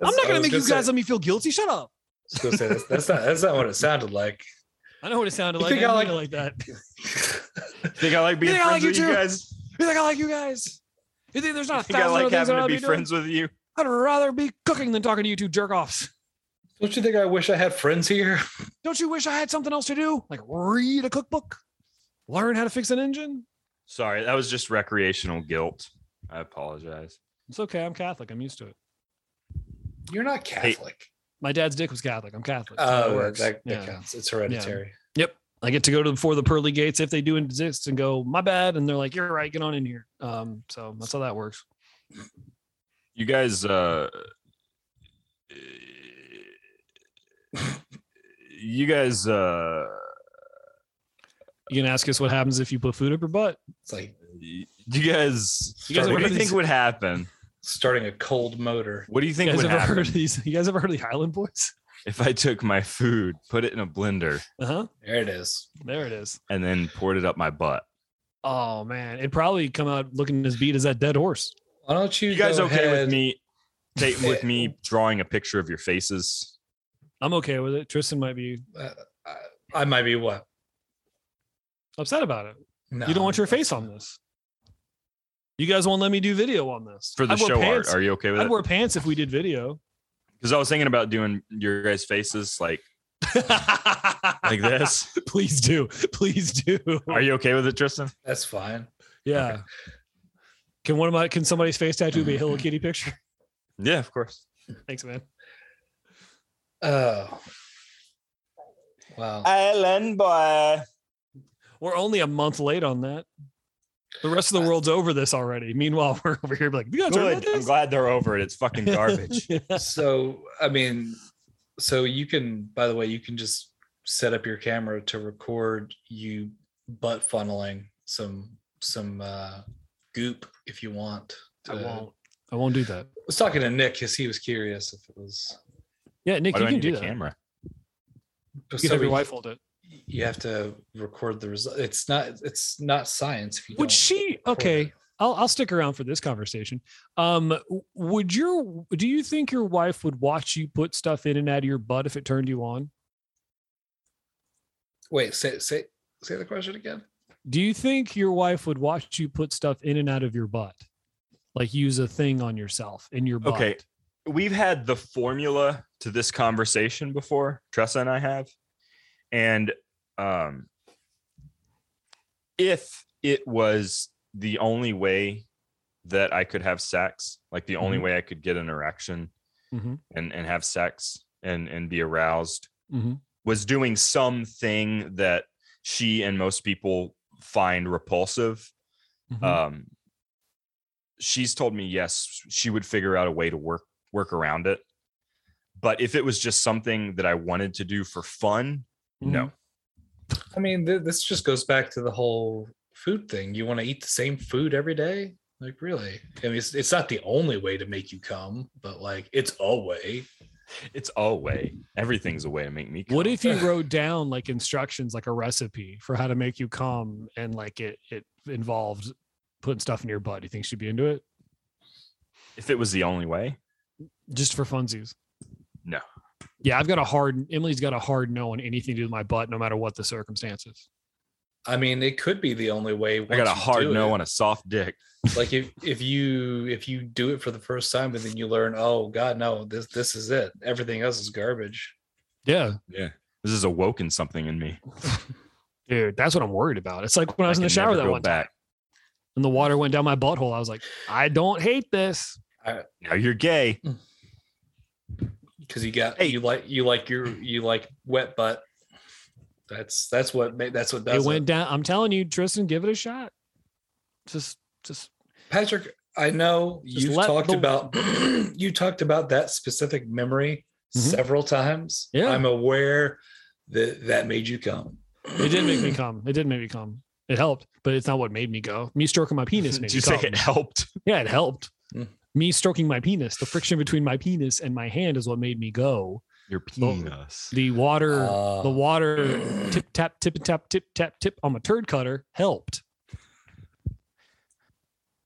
C: I'm
D: That's-
C: not
D: I
C: gonna
D: was
C: make you
D: say-
C: guys let me feel guilty. Shut up.
D: I was gonna say, that's, that's not that's not what it sounded like. *laughs*
C: I know what it sounded
D: You
C: like. I
D: think I
C: like, it like that. You
B: Think I like being
C: Think I
B: friends
C: like *laughs* you
B: with you
C: too.
B: guys?
C: think I like you guys? You think
B: *laughs*
C: there's not a
B: Think I
C: thousand
B: like
C: other things
B: having to
C: I'd rather
B: be
C: be doing?
B: friends with you?
C: I'd rather be cooking than talking to you two jerk offs.
D: Don't you think I wish I had friends here?
C: Don't you wish I had something else to do? Like read a cookbook, learn how to fix an engine.
B: Sorry, that was just recreational guilt. I apologize.
C: It's okay. I'm Catholic. I'm used to it.
D: You're not Catholic.
C: My dad's dick was Catholic. I'm Catholic. so
D: Oh,
C: it
D: that,
C: works.
D: that, that
C: Yeah.
D: counts. It's hereditary.
C: I get to go to before the pearly gates if they do exist and go, my bad. And they're like, you're right, get on in here. Um, so that's how that works.
B: You guys, uh,
C: *laughs*
B: you guys, uh,
C: You can ask us what happens if you put food up your butt.
D: It's like
B: you guys,
D: You guys
B: what
D: ever
B: do
D: heard
B: you
D: of
B: think
C: these-
B: would happen?
D: starting a cold motor.
B: What do you
C: You
B: think
C: guys
B: would
C: ever heard of
B: happen
C: these? You guys ever heard of the Highland Boys?
B: if I took my food, put it in a blender,
C: Uh huh.
D: There it is.
C: There it is.
B: and then poured it up my butt?
C: Oh man, it'd probably come out looking as beat as that dead horse.
D: Why don't you,
B: You guys
D: go
B: okay
D: ahead-
B: with me?
D: *laughs*
B: Take with me drawing a picture of your faces.
C: I'm okay with it. Tristan might be
D: Uh, I might be what?
C: upset about it.
D: No.
C: you don't want your face on this. You guys won't let me do video on this
B: for the
C: I'd wear
B: show
C: Pants.
B: art. Are you okay with
C: I'd
B: that?
C: wear pants if we did video. *laughs*
B: Because I was thinking about doing your guys' faces
C: *laughs*
B: like *laughs* like this.
C: Please do. Please do.
B: Are you okay with it, Tristan?
D: That's fine.
C: Yeah. Can one of my can somebody's face tattoo be
B: *laughs*
C: a Hello Kitty picture? *laughs*
B: Yeah, of course.
C: Thanks, man.
D: Oh. Wow.
B: Island boy.
C: We're only a month late on that. The rest of the world's over this already. Meanwhile, *laughs* we're over here like, we got to
B: Good. I'm glad they're over it. It's fucking
C: *laughs*
B: garbage.
D: so I mean, so you can by the way, you can just set up your camera to record you butt funneling some some uh goop if you want.
C: I
D: to-
C: won't. I won't do that.
D: I was talking to Nick because he was curious if it was
C: Yeah, Nick,
B: Why do
C: you
B: I
C: can
B: need
C: do
B: a
C: that.
B: camera?
C: You can
D: so
C: have your
D: we-
C: wife hold it.
D: you have to record the result. It's not it's not science if you
C: Would
D: don't
C: she?
D: record
C: Okay,
D: it.
C: I'll I'll stick around for this conversation. Um, w- would your do you think your wife would watch you put stuff in and out of your butt if it turned you on?
D: Wait, say say say the question again.
C: Do you think your wife would watch you put stuff in and out of your butt, like use a thing on yourself in your butt?
B: Okay. We've had the formula to this conversation before, Tressa and I have. And um if it was the only way that I could have sex, like the only way I could get an erection
C: Mhm,
B: and and have sex and and be aroused
C: mhm.
B: was doing something that she and most people find repulsive
C: Mhm.
B: um she's told me yes she would figure out a way to work work around it but if it was just something that i wanted to do for fun
C: mm-hmm.
B: no
D: I mean, th- this just goes back to the whole food thing. You want to eat the same food every day? Like, really? I mean, it's, it's not the only way to make you come, but like, it's a way.
B: it's a way everything's a way to make me
C: Mm-hmm. What
B: cum.
D: *laughs*
C: if you wrote down like instructions, like a recipe for how to make you come, and like it it involved putting stuff in your butt? Do you think she'd be into it
B: if it was the only way
C: just for funsies?
B: No.
C: Yeah, I've got a hard. Emily's got a hard no on anything to do with my butt, no matter what the circumstances.
D: I mean, it could be the only way.
B: i got a hard no on a soft dick
D: Like, if if you if you do it for the first time and then you learn, oh God, no, this this is it. Everything else is garbage.
C: Yeah,
B: this is awoken something in me
C: dude, that's what I'm worried about. It's like when I was in the
B: can
C: shower
B: never
C: that
B: go
C: one time
B: back
C: and the water went down my butthole. I was like, I don't hate this.
B: now you're gay
D: Because you got
B: Hey.
D: you like you
G: *clears throat*
D: like your you like wet butt. That's that's what ma- that's what does
C: it went down. I'm telling you, Tristan, give it a shot. Just, just
D: Patrick, I know
C: Just
D: you've
C: let
D: talked
C: the-
D: about *clears throat* you talked about that specific memory
C: Mhm.
D: several times.
C: Yeah.
D: I'm aware that that made you come.
C: It did make *clears throat* me come. It did make me come. It helped, but it's not what made me go. Me stroking my *laughs* penis *laughs* made
B: did
C: me
B: you say
C: come.
B: it helped
C: Yeah, it helped.
D: Mm.
C: Me stroking my penis, the friction between my penis and my hand is what made me go.
B: *laughs* your
C: Well,
B: penis
C: The water,
D: *clears throat* Uh,
C: the water tip tap tip and tap tip tap tip on my turd cutter helped.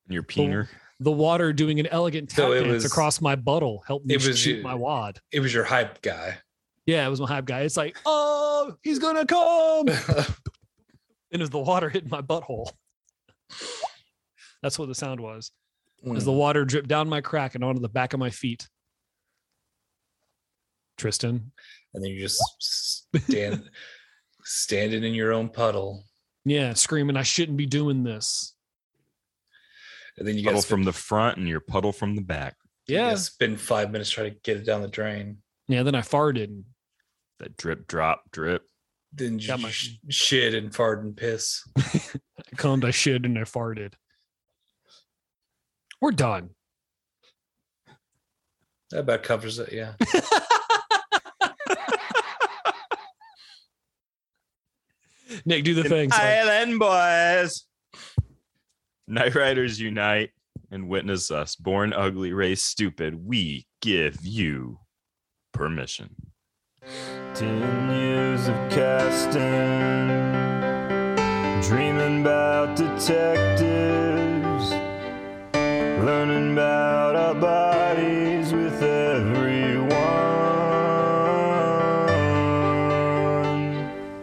G: And your peener.
C: the water doing an elegant tap
D: So it
C: dance
D: was-
C: across my buttle helped me
D: it was
C: shoot
D: you.
C: my wad.
D: It was your hype
C: *laughs*
D: guy.
C: Yeah, it was my hype guy. It's like, oh, he's gonna come. *laughs* and
D: That's
C: it was the water hitting my butthole. That's what the sound was. As the water dripped down my crack and onto the back of my feet. Tristan.
D: *laughs* and then you just stand standing in your own puddle
C: Yeah, screaming, I shouldn't be doing this.
D: and then you
G: Puddle
D: got
G: from the front and your puddle from the back.
C: Yeah.
D: spend five minutes trying to get it down the drain
C: Yeah, then I farted. and
G: That drip, drop, drip.
D: then you
C: Got my-
D: sh- shit and fart and piss
C: I cummed, I should, and I farted. We're done.
D: that about covers it yeah
C: Nick, do the thing. son.
G: Island boys. Night Riders unite and witness us. Born ugly, raised stupid. We give you permission.
B: Ten years of casting, dreaming about detectives, learning about our bodies with everyone,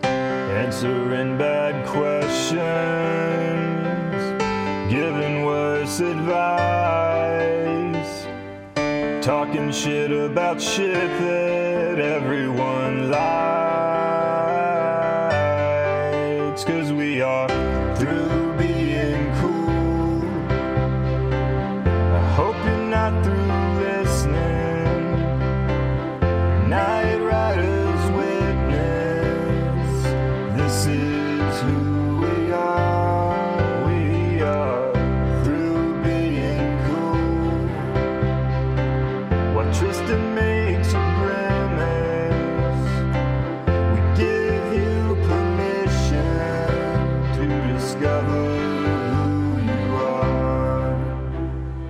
B: answering bad questions, giving worse advice. Talking shit about shit that everyone likes. Cause